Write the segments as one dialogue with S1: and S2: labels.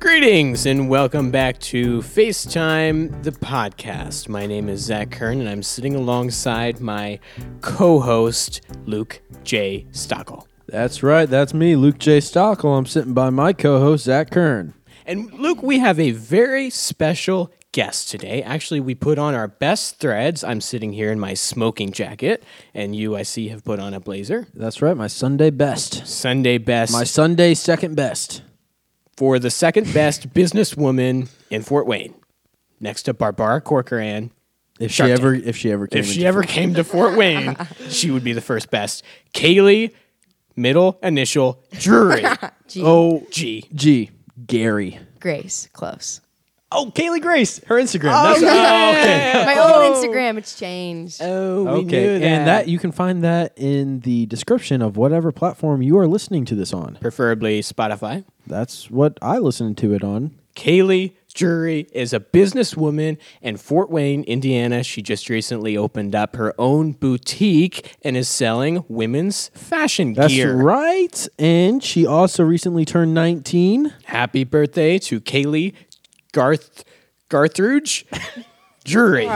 S1: Greetings and welcome back to FaceTime, the podcast. My name is Zach Kern and I'm sitting alongside my co host, Luke J. Stockel.
S2: That's right. That's me, Luke J. Stockel. I'm sitting by my co-host Zach Kern.
S1: And Luke, we have a very special guest today. Actually, we put on our best threads. I'm sitting here in my smoking jacket, and you, I see, have put on a blazer.
S2: That's right. My Sunday best.
S1: Sunday best
S2: My Sunday second best.
S1: for the second best businesswoman in Fort Wayne, next to Barbara Corcoran.
S2: If
S1: Shark
S2: she
S1: Tank.
S2: ever, if she ever, came
S1: if she
S2: into-
S1: ever came to Fort Wayne, she would be the first best. Kaylee, middle initial Drury.
S3: Gee,
S2: oh,
S1: G.
S2: gee, Gary.
S3: Grace, close.
S1: Oh, Kaylee Grace, her Instagram. That's
S3: My old Instagram, it's changed.
S1: oh, we
S2: Okay,
S1: knew that.
S2: and that you can find that in the description of whatever platform you are listening to this on.
S1: preferably Spotify.
S2: That's what I listened to it on.
S1: Kaylee Drury is a businesswoman in Fort Wayne, Indiana. She just recently opened up her own boutique and is selling women's fashion
S2: That's
S1: gear.
S2: right. And she also recently turned 19.
S1: Happy birthday to Kaylee Garth Garthruge Drury.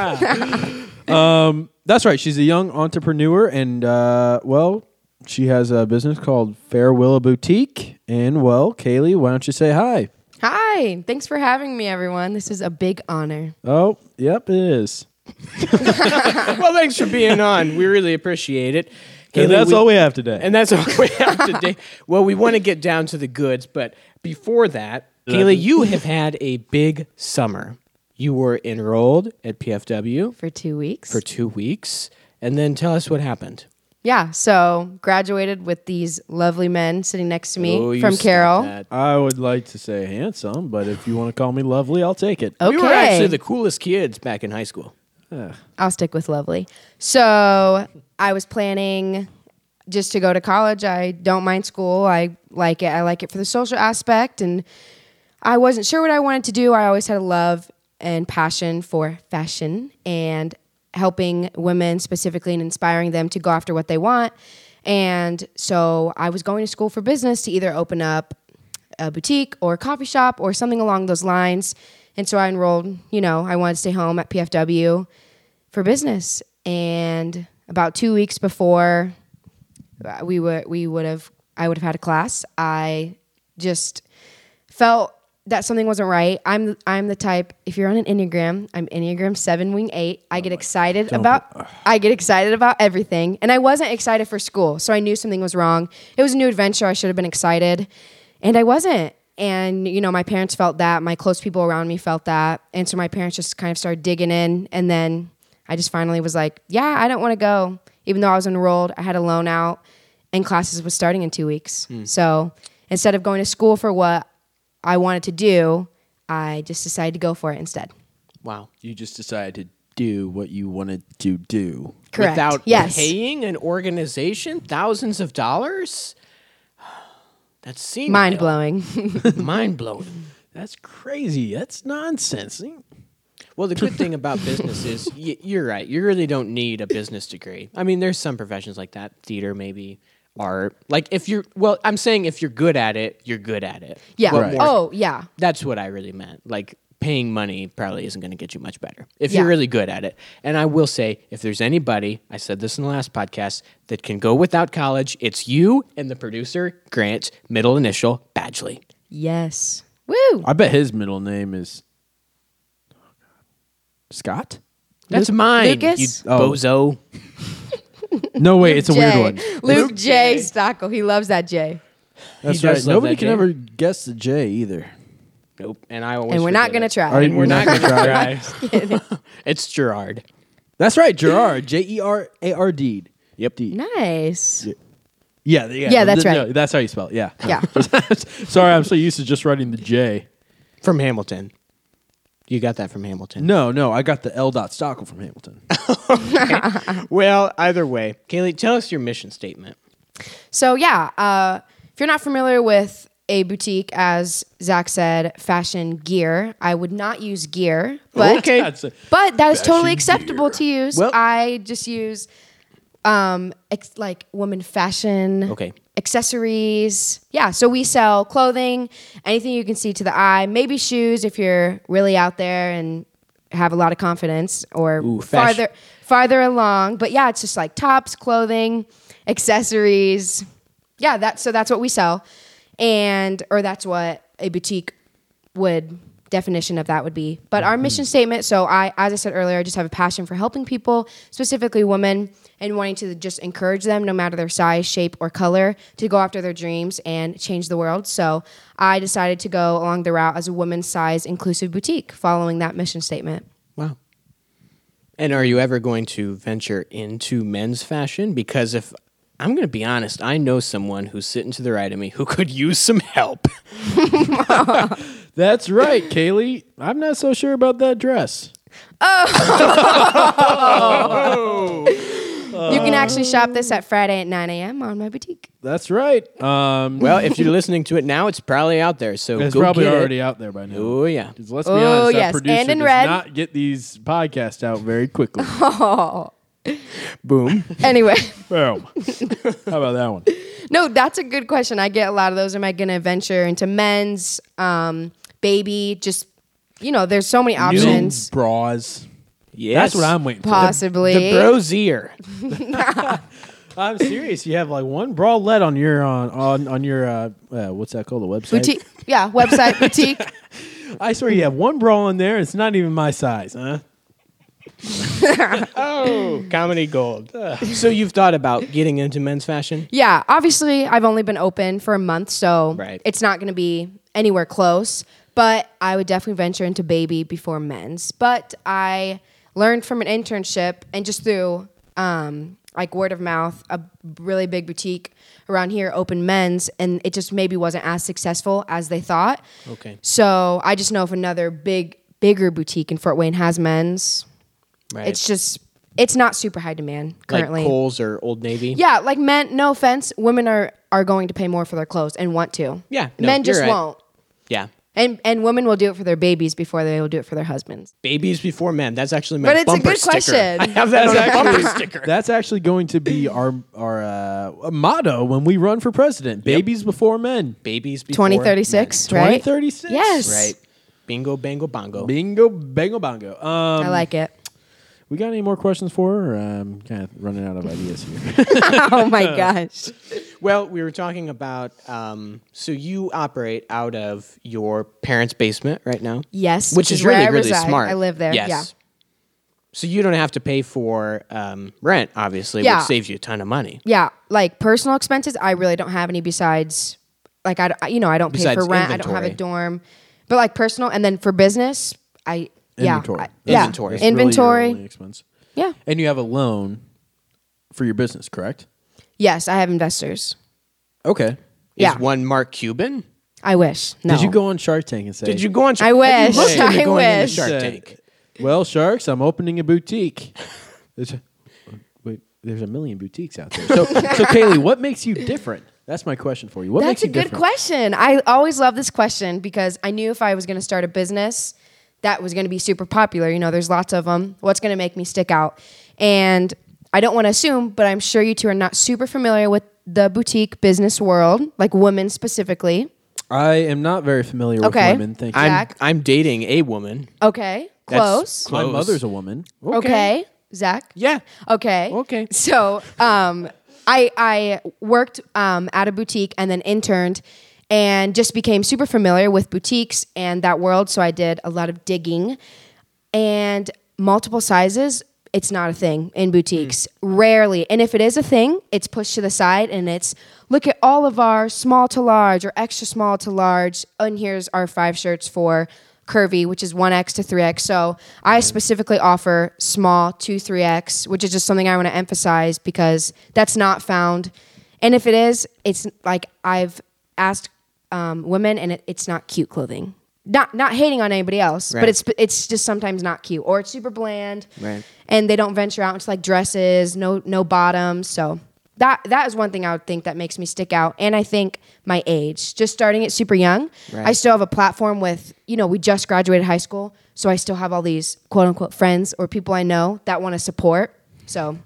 S2: That's right. She's a young entrepreneur, and uh, well, she has a business called Fair Willow Boutique. And well, Kaylee, why don't you say hi?
S3: Hi, thanks for having me, everyone. This is a big honor.
S2: Oh, yep, it is.
S1: well, thanks for being on. We really appreciate it. Kaylee,
S2: and that's all we have today.
S1: And that's all we have today. Well, we want to get down to the goods, but before that, Kaylee, you have had a big summer. You were enrolled at PFW
S3: For two weeks.
S1: for two weeks, and then tell us what happened.
S3: yeah, so graduated with these lovely men sitting next to me
S1: Oh, you
S3: from
S1: stopped
S3: Carol.
S1: that.
S2: I would like to say handsome, but if you want to call me lovely, I'll take it.
S3: Okay.
S1: We were actually the coolest kids back in high school.
S3: I'll stick with lovely. So I was planning just to go to college. I don't mind school. I like it. I like it for the social aspect. And I wasn't sure what I wanted to do. I always had a love and passion for fashion and helping women specifically and inspiring them to go after what they want. And so I was going to school for business to either open up a boutique or a coffee shop or something along those lines. And so I enrolled, you know, I wanted to stay home at PFW for business. And about two weeks before uh, we would we would have I would have had a class, I just felt that something wasn't right. I'm I'm the type if you're on an Enneagram, I'm Enneagram 7 wing 8. I get excited about I get excited about everything and I wasn't excited for school. So I knew something was wrong. It was a new adventure. I should have been excited and I wasn't. And you know, my parents felt that, my close people around me felt that. And so my parents just kind of started digging in and then I just finally was like, yeah, I don't want to go. Even though I was enrolled, I had a loan out and classes was starting in 2 weeks. So instead of going to school for what I wanted to do, I just decided to go for it instead.
S1: Wow.
S2: You just decided to do what you wanted to do.
S3: Correct.
S1: Without
S3: yes.
S1: paying an organization thousands of dollars? That's senile.
S3: Mind blowing.
S1: Mind blowing.
S2: That's crazy. That's nonsense.
S1: Well, the good thing about business is y- you're right. You really don't need a business degree. I mean, there's some professions like that, theater maybe, art. Like if you're well, I'm saying if you're good at it, you're good at it.
S3: yeah.
S1: What
S2: Right.
S1: more-
S3: Oh, yeah.
S1: that's what I really meant. Like paying money probably isn't going to get you much better if you're
S3: Yeah.
S1: really good at it. And I will say, if there's anybody, I said this in the last podcast, that can go without college, it's you and the producer Grant, middle initial Badgley.
S3: Yes. Woo.
S2: I bet his middle name is Scott.
S1: That's mine,
S3: Lucas?
S1: you
S2: Oh.
S1: bozo.
S2: No, wait, it's a
S3: Jay.
S2: weird one.
S3: Luke, J. Stockel. He loves that J.
S2: That's
S1: does
S2: right.
S1: love
S2: Nobody
S1: that
S2: can
S1: J.
S2: ever guess the J either.
S1: Nope. And I always
S3: And we're not
S1: forget
S3: going to
S1: it.
S3: try.
S2: All right,
S1: We're not going to
S2: gonna
S1: try. it's Gerard.
S2: That's right, Gerard. J E R A R D. Yep. D.
S3: Nice.
S2: Yeah, yeah.
S3: Yeah, that's
S2: No,
S3: right.
S2: that's how you spell it. Yeah.
S3: Yeah.
S2: Sorry, I'm so used to just writing the J.
S1: From Hamilton. You got that from Hamilton.
S2: No, no, I got the L dot Stockel from Hamilton.
S1: Well, either way, Kaylee, tell us your mission statement.
S3: So yeah, uh, if you're not familiar with a boutique, as Zach said, fashion gear. I would not use gear, but
S1: Okay.
S2: That's a-
S3: but that is
S2: Fashion
S3: totally acceptable
S2: gear.
S3: to use.
S1: Well-
S3: I just use um, ex- like woman fashion.
S1: Okay.
S3: Accessories. Yeah. So we sell clothing, anything you can see to the eye, maybe shoes if you're really out there and have a lot of confidence or
S1: Ooh, fash-
S3: farther farther along. But yeah, it's just like tops, clothing, accessories. Yeah, that's so that's what we sell. And or that's what a boutique would definition of that would be. But our mission statement, so I as I said earlier, I just have a passion for helping people, specifically women, and wanting to just encourage them no matter their size, shape, or color to go after their dreams and change the world. So I decided to go along the route as a woman's size inclusive boutique following that mission statement.
S1: Wow. And are you ever going to venture into men's fashion? Because if I'm going to be honest, I know someone who's sitting to the right of me who could use some help.
S2: That's right, Kaylee. I'm not so sure about that dress.
S3: You can actually shop this at Friday at 9 a.m. on my boutique.
S2: That's right. Um,
S1: well, if you're listening to it now, it's probably out there. So
S2: it's
S1: go
S2: probably
S1: get it.
S2: already out there by now.
S1: Oh yeah.
S2: 'Cause let's be
S3: Oh,
S2: honest,
S3: yes,
S2: our producer
S3: and in
S2: does
S3: red.
S2: not get these podcasts out very quickly.
S1: Boom.
S3: Anyway.
S2: Boom. How about that one?
S3: No, that's a good question. I get a lot of those. Am I going to venture into men's, um, baby? Just you know, there's so many options.
S2: bras.
S1: Yes.
S2: That's what I'm waiting for.
S3: Possibly.
S1: The brosier.
S2: I'm serious. You have like one bralette on your on on on your uh, uh what's that called? The website.
S3: boutique. Yeah, website boutique.
S2: I swear you have one bra on there, and it's not even my size, huh?
S1: Oh, comedy gold. so you've thought about getting into men's fashion?
S3: Yeah, obviously, I've only been open for a month, so
S1: Right.
S3: it's not going to be anywhere close. But I would definitely venture into baby before men's. But I learned from an internship and just through um, like word of mouth, a really big boutique around here opened men's, and it just maybe wasn't as successful as they thought.
S1: Okay.
S3: So I just know if another big, bigger boutique in Fort Wayne has men's,
S1: Right.
S3: it's just it's not super high demand currently.
S1: like Kohl's or Old Navy.
S3: Yeah, like men. No offense, women are are going to pay more for their clothes and want to.
S1: Yeah, no,
S3: men just
S1: you're right.
S3: won't,
S1: Yeah.
S3: and and women will do it for their babies before they will do it for their husbands.
S1: Babies before men. That's actually my
S3: But it's a
S1: bumper
S3: good
S1: sticker.
S3: question.
S1: I have that as a bumper sticker.
S2: That's actually going to be our our uh, motto when we run for president. Babies before men.
S1: Babies before
S3: Twenty thirty six,
S2: Twenty
S3: right?
S2: thirty six.
S3: Yes,
S1: men. Right. Bingo, bango, bongo.
S2: Bingo, bango, bongo. Um,
S3: I like it.
S2: we got any more questions for her? Or, um, kind of running out of ideas here.
S3: oh my gosh.
S1: Well, we were talking about. Um, so you operate out of your parents' basement right now.
S3: Yes,
S1: which
S3: which
S1: is
S3: is where
S1: really
S3: I
S1: really
S3: reside.
S1: smart.
S3: I live there,
S1: Yes.
S3: yeah.
S1: So you don't have to pay for um, rent, obviously,
S3: Yeah.
S1: which saves you a ton of money.
S3: Yeah, like personal expenses, I really don't have any besides, like I don't- you know I don't pay
S1: Besides
S3: for rent. I don't have
S1: inventory.
S3: a dorm, but like personal, and then for business, I yeah
S2: Inventory.
S3: I- yeah
S1: Inventory. That's
S2: really your
S3: inventory.
S2: only expense.
S3: yeah.
S2: And you have a loan for your business, correct?
S3: Yes, I have investors.
S2: Okay.
S3: Yeah.
S1: Is one Mark Cuban?
S3: I wish. No.
S2: Did you go on Shark Tank and say?
S1: Did you go on?
S3: I wish.
S1: Have you looked into
S3: I
S1: going into
S3: wish.
S1: Shark
S2: said,
S1: Tank.
S2: Uh, Well, sharks, I'm opening a boutique. There's a, wait, there's a million boutiques out there. So, so Kaylee, what makes you different? That's my question for you. What makes
S3: That's a
S2: you
S3: good
S2: different?
S3: question. I always love this question because I knew if I was going to start a business that was going to be super popular. You know, there's lots of them. What's going to make me stick out? And I don't want to assume, but I'm sure you two are not super familiar with the boutique business world, like women specifically.
S2: I am not very familiar
S3: Okay.
S2: with women. Thank you.
S3: I-
S1: I'm,
S3: Zach?
S1: I'm dating a woman.
S3: Okay,
S1: That's
S3: close.
S1: close.
S2: my mother's a woman.
S3: Okay. Zach.
S1: Yeah.
S3: Okay.
S1: Okay.
S3: So, um, I I worked um, at a boutique and then interned, and just became super familiar with boutiques and that world. So I did a lot of digging, and multiple sizes. It's not a thing in boutiques, rarely. And if it is a thing, it's pushed to the side and it's look at all of our small to large or extra small to large. And here's our five shirts for curvy, which is 1X to 3X. So I specifically offer small to 3X, which is just something I want to emphasize because that's not found. And if it is, it's like I've asked um, women, and it, it's not cute clothing. Not not hating on anybody else,
S1: Right.
S3: but it's it's just sometimes not cute or it's super bland,
S1: Right.
S3: and they don't venture out into like dresses, no no bottoms. So that that is one thing I would think that makes me stick out, and I think my age, just starting it super young,
S1: Right.
S3: I still have a platform with you know we just graduated high school, so I still have all these quote unquote friends or people I know that want to support. So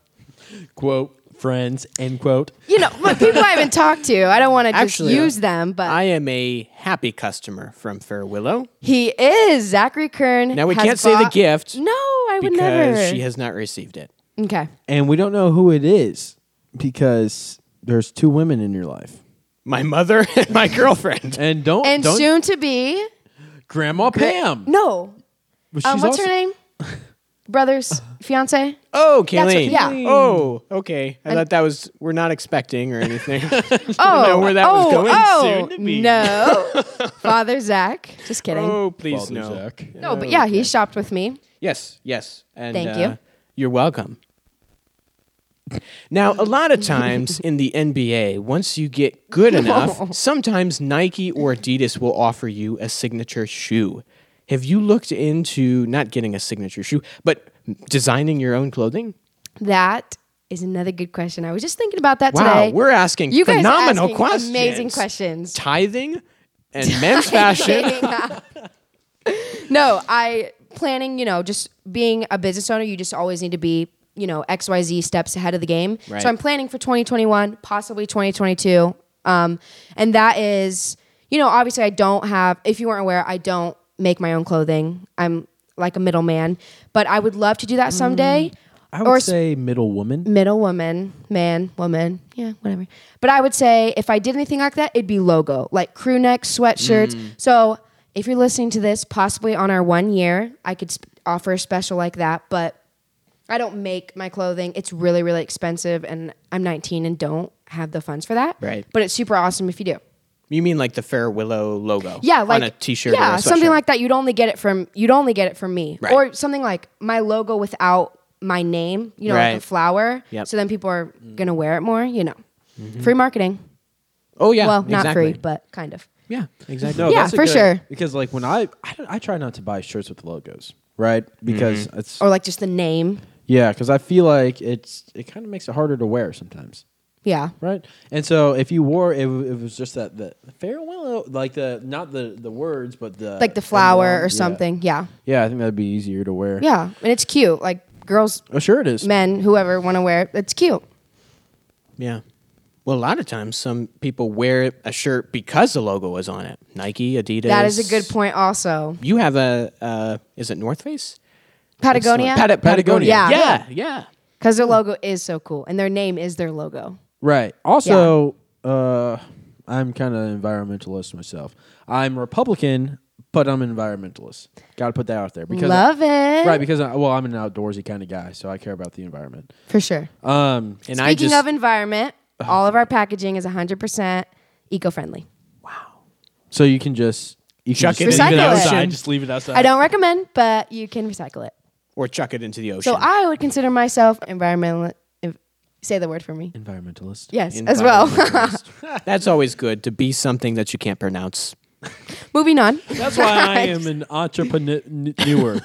S2: Quote friends, end quote.
S3: You know, but people I haven't talked to. I don't want to just
S1: Actually,
S3: use them, but
S1: I am a happy customer from Fair Willow.
S3: he is Zachary Kern.
S1: Now we
S3: has
S1: can't say the
S3: bought-
S1: gift
S3: No, I would
S1: because
S3: never.
S1: she has not received it.
S3: okay,
S2: And we don't know who it is because there's two women in your life.
S1: My mother and my girlfriend.
S2: And don't
S3: and
S2: don't
S3: soon to be.
S2: Grandma Pam.
S3: No,
S2: But
S3: um,
S2: she's
S3: what's her
S2: also-
S3: name? Brothers, fiance.
S1: Oh,
S3: what-
S1: Kayleen.
S3: yeah.
S1: Oh, okay. I thought that was we're not expecting or anything.
S3: Oh,
S1: know where that
S3: oh,
S1: was going.
S3: oh,
S1: Soon to be.
S3: no, Father Zach. Just kidding.
S1: oh, please
S2: Father
S1: no.
S2: Zach.
S3: no, but yeah, he shopped with me.
S1: Yes, yes. And,
S3: Thank
S1: uh,
S3: you.
S1: You're welcome. Now, a lot of times in the NBA, once you get good enough, sometimes Nike or Adidas will offer you a signature shoe. Have you looked into not getting a signature shoe, but designing your own clothing?
S3: That is another good question. I was just thinking about that
S1: Wow,
S3: today.
S1: we're asking
S3: you guys are
S1: phenomenal
S3: asking
S1: questions.
S3: Amazing questions.
S1: Tithing and men's fashion.
S3: no, I planning, you know, just being a business owner, you just always need to be, you know, XYZ steps ahead of the game.
S1: Right.
S3: So I'm planning for 2021, possibly 2022. Um, and that is, you know, obviously I don't have, if you weren't aware, I don't make my own clothing. I'm like a middleman, but I would love to do that someday.
S2: Mm. I would
S3: or s-
S2: say middle woman.
S3: middle woman, man, woman, yeah, whatever. But I would say if I did anything like that, it'd be logo, like crew neck sweatshirts. So if you're listening to this, possibly on our one year, I could sp- offer a special like that. But I don't make my clothing; it's really, really expensive, and I'm 19 and don't have the funds for that.
S1: Right.
S3: But it's super awesome if you do.
S1: You mean like the Fair Willow logo?
S3: Yeah, like
S1: on a T-shirt.
S3: Yeah,
S1: or a
S3: something
S1: sweatshirt.
S3: like that. You'd only get it from you'd only get it from me,
S1: Right.
S3: or something like my logo without my name. You know, like
S1: Right.
S3: a flower.
S1: Yep.
S3: So then people are gonna wear it more. You know, free marketing.
S1: Oh yeah,
S3: well,
S1: exactly.
S3: not free, but kind of.
S1: Yeah, exactly.
S2: No,
S3: Yeah,
S2: that's a
S3: for
S2: good-
S3: sure.
S2: Because like when I, I don't- I try not to buy shirts with logos, right? Because it's
S3: Or like just the name.
S2: yeah, because I feel like it's it kind of makes it harder to wear sometimes.
S3: Yeah.
S2: Right. And so if you wore it, w- it was just that the fair willow, like the not the the words, but the
S3: Like the flower
S2: emblem. Yeah.
S3: or something. Yeah.
S2: Yeah. I think that'd be easier to wear.
S3: Yeah. And it's cute. Like girls,
S2: Oh, sure it is.
S3: men, whoever want to wear it. It's cute.
S1: Yeah. Well, a lot of times some people wear a shirt because the logo is on it. Nike, Adidas.
S3: That is a good point, also.
S1: You have a uh, is it North Face?
S3: Patagonia.
S1: Pat- Patagonia.
S3: Yeah.
S1: Yeah. Yeah.
S3: Because their logo is so cool and their name is their logo.
S2: Right. Also, uh, I'm kind of environmentalist myself. I'm Republican, but I'm environmentalist. Got to put that out there because
S3: Love it.
S2: right because I, well I'm an outdoorsy kind of guy, so I care about the environment.
S3: For sure.
S2: Um,
S1: And I
S3: Speaking
S1: just
S3: of environment, all of our packaging is 100% eco friendly.
S2: so you can just you can
S1: Chuck
S2: just
S1: it
S2: leave
S1: in
S2: it
S1: the
S2: outside.
S1: ocean.
S2: Just leave it outside.
S3: I don't recommend, but you can recycle it.
S1: or chuck it into the ocean.
S3: So I would consider myself environmental. if- Say the word for me.
S2: environmentalist.
S3: Yes, as well.
S1: Environmentalist. That's always good to be something that you can't pronounce.
S3: Moving on.
S2: That's why I am an entrepreneur.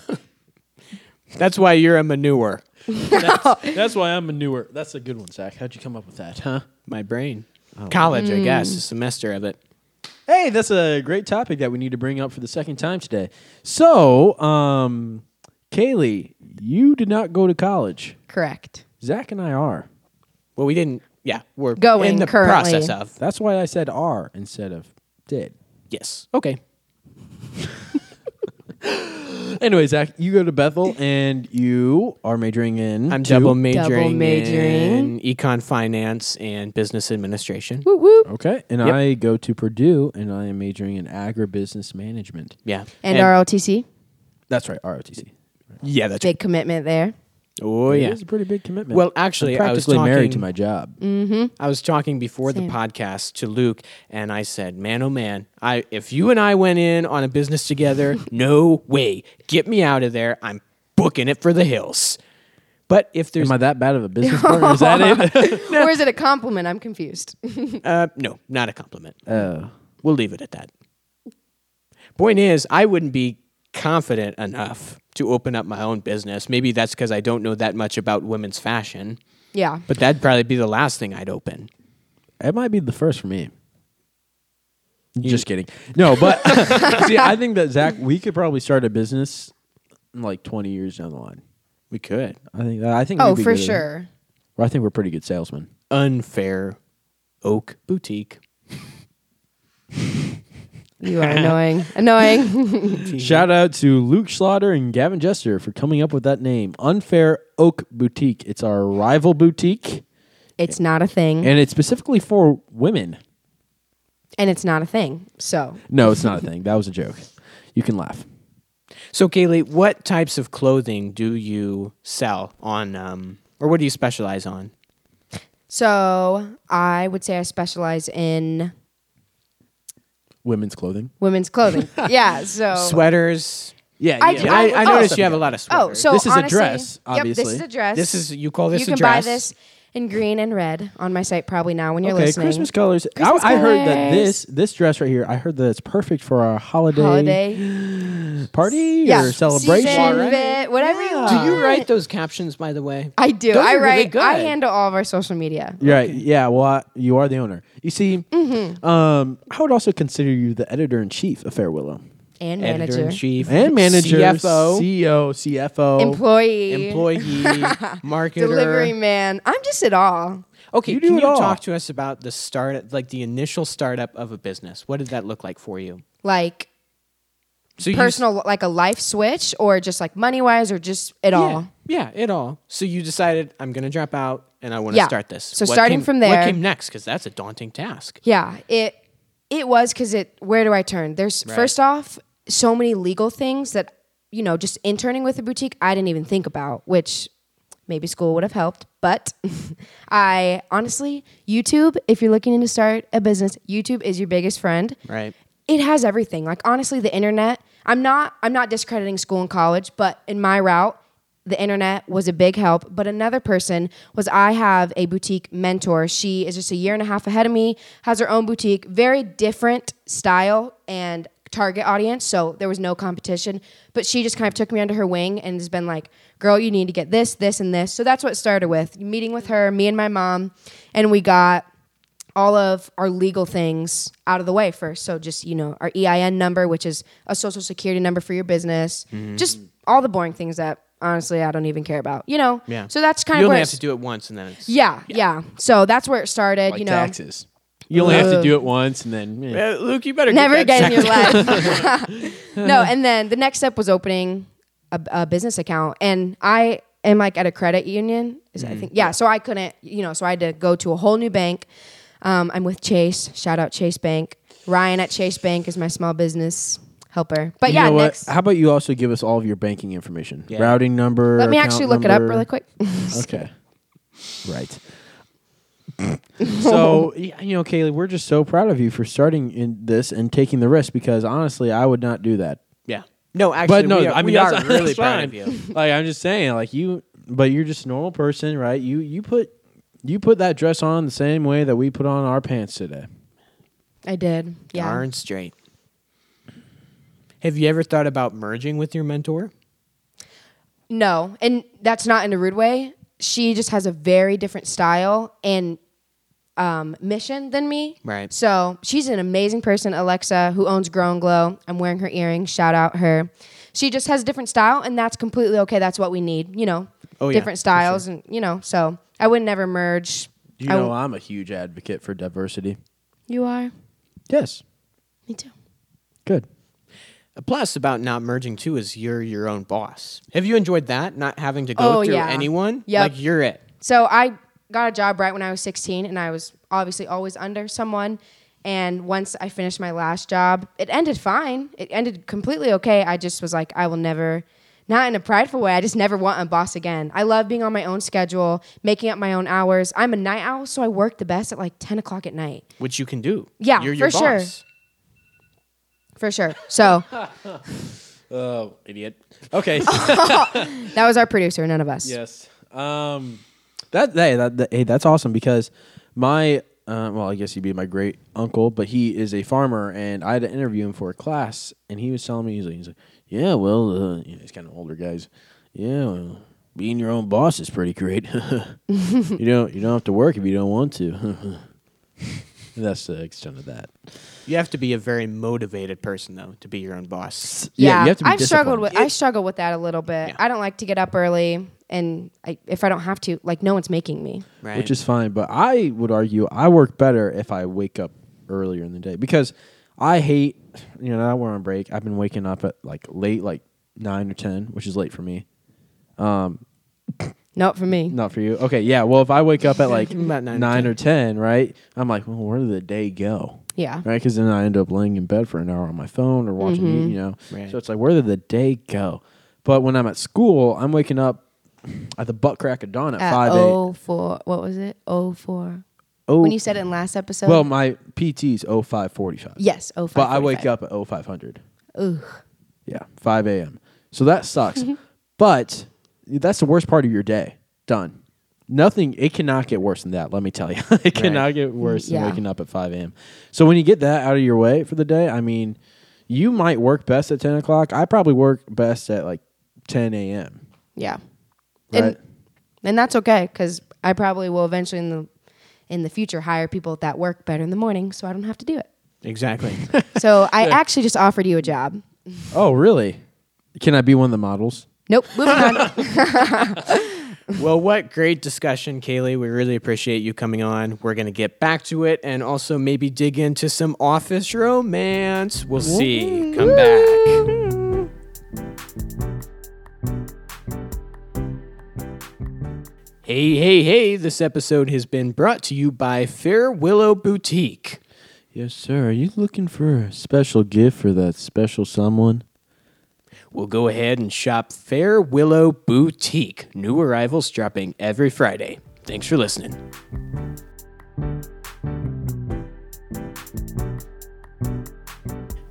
S1: That's why you're a manure.
S2: that's, that's why I'm a newer. That's a good one, Zach. How'd you come up with that, huh?
S1: My brain. College, I guess,
S3: Mm.
S1: a semester of it.
S2: Hey, that's a great topic that we need to bring up for the second time today. So, um, Kaylee, you did not go to college.
S3: Correct.
S2: Zach and I are.
S1: Well, we didn't. Yeah, we're
S3: Going
S1: in the
S3: currently.
S1: process of.
S2: That's why I said are instead of did.
S1: Yes. Okay.
S2: Anyway, Zach, you go to Bethel and you are majoring in.
S1: I'm
S2: two-
S1: double majoring,
S3: majoring.
S1: in econ finance and business administration.
S3: Woo woo.
S2: Okay, and
S1: Yep.
S2: I go to Purdue and I am majoring in agribusiness management.
S1: Yeah.
S3: And, ROTC,
S2: That's right, ROTC.
S1: yeah, that's
S3: big commitment there.
S1: Oh yeah.
S2: It's a pretty big commitment.
S1: Well, actually,
S2: I'm
S1: I was
S2: practically married to
S1: talking-
S2: my job.
S1: I was talking before
S3: Same.
S1: the podcast to Luke, and I said, "Man, oh man, I if you and I went in on a business together, no way, get me out of there. I'm booking it for the hills." But if there's
S2: Am I that bad of a business partner? Is that it?
S3: Or is it a compliment? I'm confused.
S1: uh, no, not a compliment.
S2: Oh.
S1: We'll leave it at that. Point is, I wouldn't be confident enough to open up my own business. Maybe that's because I don't know that much about women's fashion,
S3: yeah.
S1: but that'd probably be the last thing I'd open.
S2: It might be the first for me. Just kidding. No, but see, I think that Zach, we could probably start a business in like twenty years down the line.
S1: We could.
S2: I think. I think.
S3: Oh,
S2: we'd be
S3: for
S2: good at it.
S3: sure.
S2: Well, I think we're pretty good salesmen.
S1: Unfair Oak Boutique.
S3: You are annoying. Annoying.
S2: Shout out to Luke Schlatter and Gavin Jester for coming up with that name. Unfair Oak Boutique. It's our rival boutique,
S3: it's not a thing.
S2: and it's specifically for women.
S3: And it's not a thing. So
S2: No, it's not a thing. That was a joke. You can laugh.
S1: So, Kaylee, what types of clothing do you sell on, um, or what do you specialize on?
S3: so I would say I specialize in
S2: Women's clothing.
S3: women's clothing. yeah. So
S1: Sweaters.
S2: Yeah,
S3: I-
S1: Yeah, I, I,
S3: I-
S1: noticed
S2: oh.
S1: you have a lot of sweaters.
S3: Oh. Oh, so
S2: This is a
S3: honestly-
S2: dress,
S3: Yep, this is
S2: obviously.
S3: a dress.
S1: This is- you call this
S3: You
S1: a
S3: can buy
S1: dress?
S3: this in green and red on my site probably now when you're
S2: okay,
S3: listening.
S2: Christmas colors. I-
S3: Christmas
S2: I, heard that
S3: colors.
S2: this this dress right here. I heard that it's perfect for our holiday,
S3: holiday
S2: party
S3: yeah,
S2: or celebration.
S3: season
S1: Alright.
S3: fit, whatever you
S1: Do
S3: want.
S1: you write those captions, by the way?
S3: I do.
S1: Those
S3: I
S1: are really
S3: write. I
S1: good.
S3: handle all of our social media.
S2: You're Right. Yeah. Well, I, you are the owner. You see,
S3: Mm-hmm.
S2: um, I would also consider you the editor in chief of Fair Willow
S3: And
S1: Editor
S3: manager,
S1: in chief
S2: and manager, E
S1: CFO,
S2: CEO, CFO.
S3: employee,
S1: employee, marketer,
S3: delivery man. I'm just it all.
S1: Okay,
S2: You do
S1: can
S2: it
S1: you
S2: all.
S1: talk to us about the start, like the initial startup of a business? What did that look like for you?
S3: Like
S1: So you s-
S3: personal, like a life switch, or just like money wise, or just it all.
S1: Yeah, yeah, it all. So you decided I'm going to drop out and I want to
S3: Yeah.
S1: start this.
S3: So starting
S1: came-
S3: from
S1: what
S3: there-
S1: came next? Because that's a daunting task.
S3: Yeah, it it was because it. Where do I turn? There's first off so many legal things that you know just interning with a boutique I didn't even think about, which maybe school would have helped. But I honestly, YouTube. If you're looking to start a business, YouTube is your biggest friend.
S1: Right.
S3: It has everything. Like honestly, the internet. I'm not. I'm not discrediting school and college, but in my route. The internet was a big help, but another person was I have a boutique mentor. She is just a year and a half ahead of me, has her own boutique, very different style and target audience. So there was no competition, but she just kind of took me under her wing and has been like, girl, you need to get this, this, and this. So that's what it started with meeting with her, me and my mom, and we got all of our legal things out of the way first. So just you know our EIN number, which is a social security number for your business. Just all the boring things that honestly I don't even care about. You know.
S1: Yeah.
S3: So that's kind
S1: You
S3: of
S1: only
S3: where.
S1: have to
S3: it's-
S1: do it once and then it's.
S3: yeah, yeah, So that's where it started. you know.
S2: taxes. You only have to do it once, and then eh.
S1: Uh, Luke, you better
S3: Never
S1: get that
S3: again in your
S1: checked.
S3: life. no, and then the next step was opening a, a business account, and I am like at a credit union. Is
S2: Mm-hmm.
S3: I think yeah. So I couldn't, you know, so I had to go to a whole new bank. Um, I'm with Chase. Shout out Chase Bank. Ryan at Chase Bank is my small business helper. But
S2: You
S3: yeah,
S2: know what?
S3: next.
S2: How about you also give us all of your banking information,
S1: Yeah.
S2: routing number.
S3: Let me
S2: account
S3: actually look it up
S2: number.
S3: really quick.
S2: Okay. Right. so y- you know, Kaylee, we're just so proud of you for starting in this and taking the risk because honestly, I would not do that.
S1: Yeah. No, actually,
S2: but no,
S1: we are,
S2: I mean,
S1: we
S2: that's,
S1: are really
S2: that's
S1: proud
S2: fine.
S1: of you.
S2: like I'm just saying, like you, but you're just a normal person, right? You you put you put that dress on the same way that we put on our pants today.
S3: I did. Yeah.
S1: Darn straight. Have you ever thought about merging with your mentor?
S3: No, and that's not in a rude way. She just has a very different style and um, mission than me.
S1: Right.
S3: So she's an amazing person, Alexa, who owns Grow and Glow. I'm wearing her earrings. Shout out her. She just has a different style, and that's completely okay. That's what we need, you know.
S1: Oh, yeah,
S3: different
S1: for
S3: styles, and you know. So I would never merge.
S2: You
S3: I
S2: know,
S3: w-
S2: I'm a huge advocate for diversity.
S3: you are.
S2: Yes,
S3: Me too.
S2: good.
S1: A plus about not merging too is you're your own boss. Have you enjoyed that? Not having to go
S3: Oh,
S1: through
S3: yeah.
S1: anyone?
S3: Yep.
S1: Like you're it.
S3: So I got a job right when I was 16, and I was obviously always under someone. And once I finished my last job, it ended fine. It ended completely okay. I just was like, I will never, not in a prideful way, I just never want a boss again. I love being on my own schedule, making up my own hours. I'm a night owl, so I work the best at like 10 o'clock at night.
S1: Which you can do.
S3: Yeah,
S1: you're your
S3: for sure.
S1: boss.
S3: For sure. So
S2: Oh, idiot. Okay.
S3: that was our producer, none of us.
S2: Yes. Um, that, hey, that, that- hey, that's awesome because my uh, well, I guess he'd be my great uncle, but he is a farmer, and I had to interview him for a class, and he was telling me he's like, he's like yeah, well, uh, you know, he's kind of older guys, yeah, well, being your own boss is pretty great. you don't you don't have to work if you don't want to. that's the extent of that.
S1: You have to be a very motivated person, though, to be your own boss.
S3: Yeah,
S2: you have to be
S3: I've struggled
S2: disciplined.
S3: with I struggle with that a little bit. I don't like to get up early, and I, if I don't have to, like no one's making me.
S1: Right.
S2: which is fine. But I would argue I work better if I wake up earlier in the day because I hate, you know, now we're on break. I've been waking up at like late, like nine or 10, which is late for me.
S3: Not for me.
S2: Not for you. Okay. Yeah. Well, if I wake up at like
S1: About
S2: nine,
S1: nine or
S2: or 10, right? I'm like, well, where did the day go?
S3: Yeah.
S2: Right. Because then I end up laying in bed for an hour on my phone or watching, you- you know.
S1: Right.
S2: So it's like, where did the day go? But when I'm at school, I'm waking up at the butt crack of dawn at,
S3: At
S2: 5 a.m.
S3: oh four, what was it? Oh four.
S2: Oh,
S3: When you said it in last episode.
S2: well, my PT's 0545.
S3: yes. Oh five.
S2: But I wake up at 0500.
S3: Ugh.
S2: Yeah, 5 a.m. So that sucks. but that's the worst part of your day. Done. Nothing, it cannot get worse than that, let me tell you. it cannot get worse
S3: Yeah.
S2: than waking up at 5 a.m. So when you get that out of your way for the day, I mean, you might work best at 10 o'clock. I probably work best at like 10 a.m.
S3: Yeah.
S2: Right?
S3: And and that's okay because I probably will eventually in the in the future hire people that work better in the morning, so I don't have to do it.
S1: exactly.
S3: So I actually just offered you a job.
S2: oh, really? Can I be one of the models?
S3: Nope. Moving on.
S1: well, what great discussion, Kaylee. We really appreciate you coming on. We're going to get back to it and also maybe dig into some office romance. We'll see. Come back. Hey, hey, hey. This episode has been brought to you by Fair Willow Boutique.
S2: Yes, sir. Are you looking for a special gift for that special someone?
S1: We'll go ahead and shop Fair Willow Boutique. New arrivals dropping every Friday. Thanks for listening.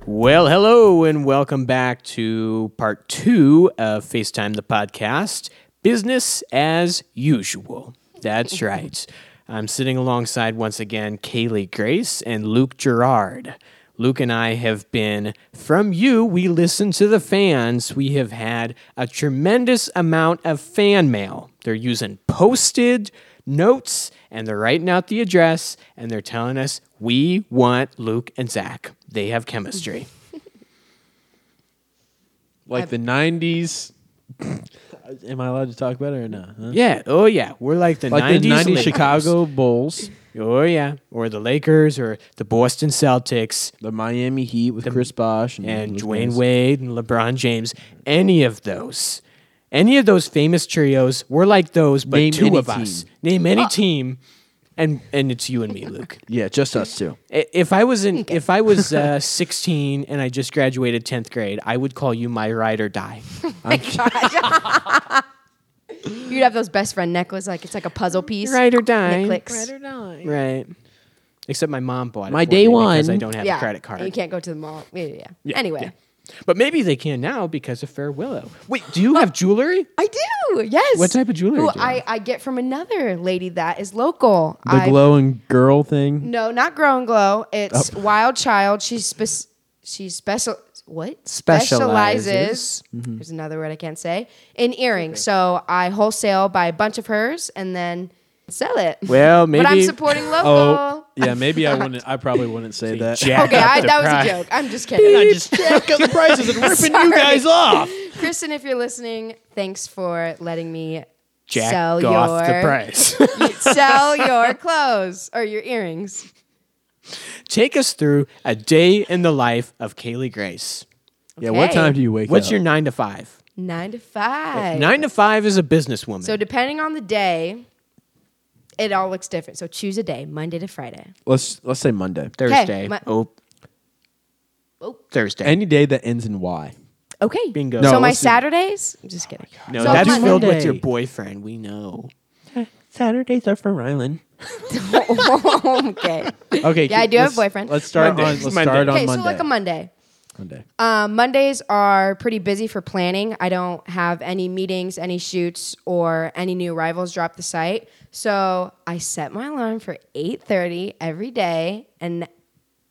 S1: Well, hello, and welcome back to part two of FaceTime the podcast business as usual. That's right. I'm sitting alongside once again Kaylee Grace and Luke Gerard. Luke and I have been from you, we listen to the fans. We have had a tremendous amount of fan mail. They're using posted notes and they're writing out the address and they're telling us we want Luke and Zach. They have chemistry.
S2: like the '90s. Am I allowed to talk about it or not? Huh?
S1: Yeah. Oh yeah. We're like the
S2: Like the
S1: nineties
S2: '90s Chicago Bulls,
S1: Oh yeah. Or the Lakers or the Boston Celtics
S2: the Miami Heat with Chris Bosh and,
S1: and
S2: those
S1: Dwayne
S2: guys.
S1: Wade and LeBron James. Any of those. Any of those famous trios, we're like those, but
S2: Name
S1: two
S2: any
S1: of us.
S2: team. Ah.
S1: Name any team and and it's you and me, Luke.
S2: Yeah, just us two.
S1: I- If I was in, if I was uh, 16 and I just graduated 10th grade, I would call you my ride or die.
S3: You'd have those best friend necklaces, like it's like a puzzle piece.
S1: Ride or
S3: And
S1: die.
S3: it clicks.
S1: Right. Except my mom bought it.
S2: My
S1: for me
S2: day
S1: because
S2: one.
S1: I don't have
S3: yeah.
S1: a credit
S3: And you
S1: card.
S3: can't go to the mall. Yeah. yeah, yeah. anyway.
S1: But maybe they can now because of Fair Willow. Wait, do you have jewelry?
S3: I do. Yes.
S1: What type of jewelry
S3: Who
S1: do you
S3: I, I get from another lady that is local.
S2: The
S3: I,
S2: glowing girl thing.
S3: No, not Grow and Glow.
S1: Oh.
S3: It's Wild Child. She's spec- she special what
S1: Specializes. Mm-hmm.
S3: There's another word I can't say in earrings. So I wholesale buy a bunch of hers and then sell it.
S1: Well,
S3: but I'm
S1: maybe-
S3: supporting local.
S2: Oh, yeah. Maybe I wouldn't. I probably wouldn't say that.
S1: Jack
S3: okay,
S1: up
S3: I,
S1: the
S3: that was
S1: price.
S3: a joke. I'm just kidding.
S2: just jack up the prices and ripping
S3: Sorry.
S2: off.
S3: Kristen, if you're listening, thanks for letting me
S1: Jack
S3: sell
S1: off the
S3: your
S1: price.
S3: sell your clothes or your earrings.
S1: Take us through a day in the life of Kaylee Grace.
S2: Yeah. What
S3: Okay.
S2: time do you wake
S1: What's
S2: up?
S1: your nine to five?
S3: Nine to five.
S1: Nine to five is a businesswoman.
S3: So depending on the day, it all looks different. So choose a day, Monday to Friday.
S2: Let's let's say Monday.
S1: Thursday.
S3: my-
S1: oh.
S3: Oh.
S1: Thursday.
S2: Any day that ends in Y.
S3: Okay.
S1: Bingo.
S2: No,
S3: so my
S2: let's do-
S3: Saturdays, I'm just kidding.
S1: no,
S3: so
S1: that's
S3: Monday-
S1: filled with
S2: Monday.
S1: your boyfriend. We know.
S2: Saturdays are for Rylan.
S3: okay.
S2: Okay.
S3: Yeah, I do have a
S2: let's-
S3: boyfriend.
S2: Let's start
S1: Monday.
S2: on. Let's
S1: Monday.
S2: start on
S3: Okay,
S2: Monday.
S3: so like a Monday.
S2: Monday.
S3: Um, Mondays are pretty busy for planning. I don't have any meetings, any shoots, or any new arrivals drop the site. So I set my alarm for 8.30 every day. And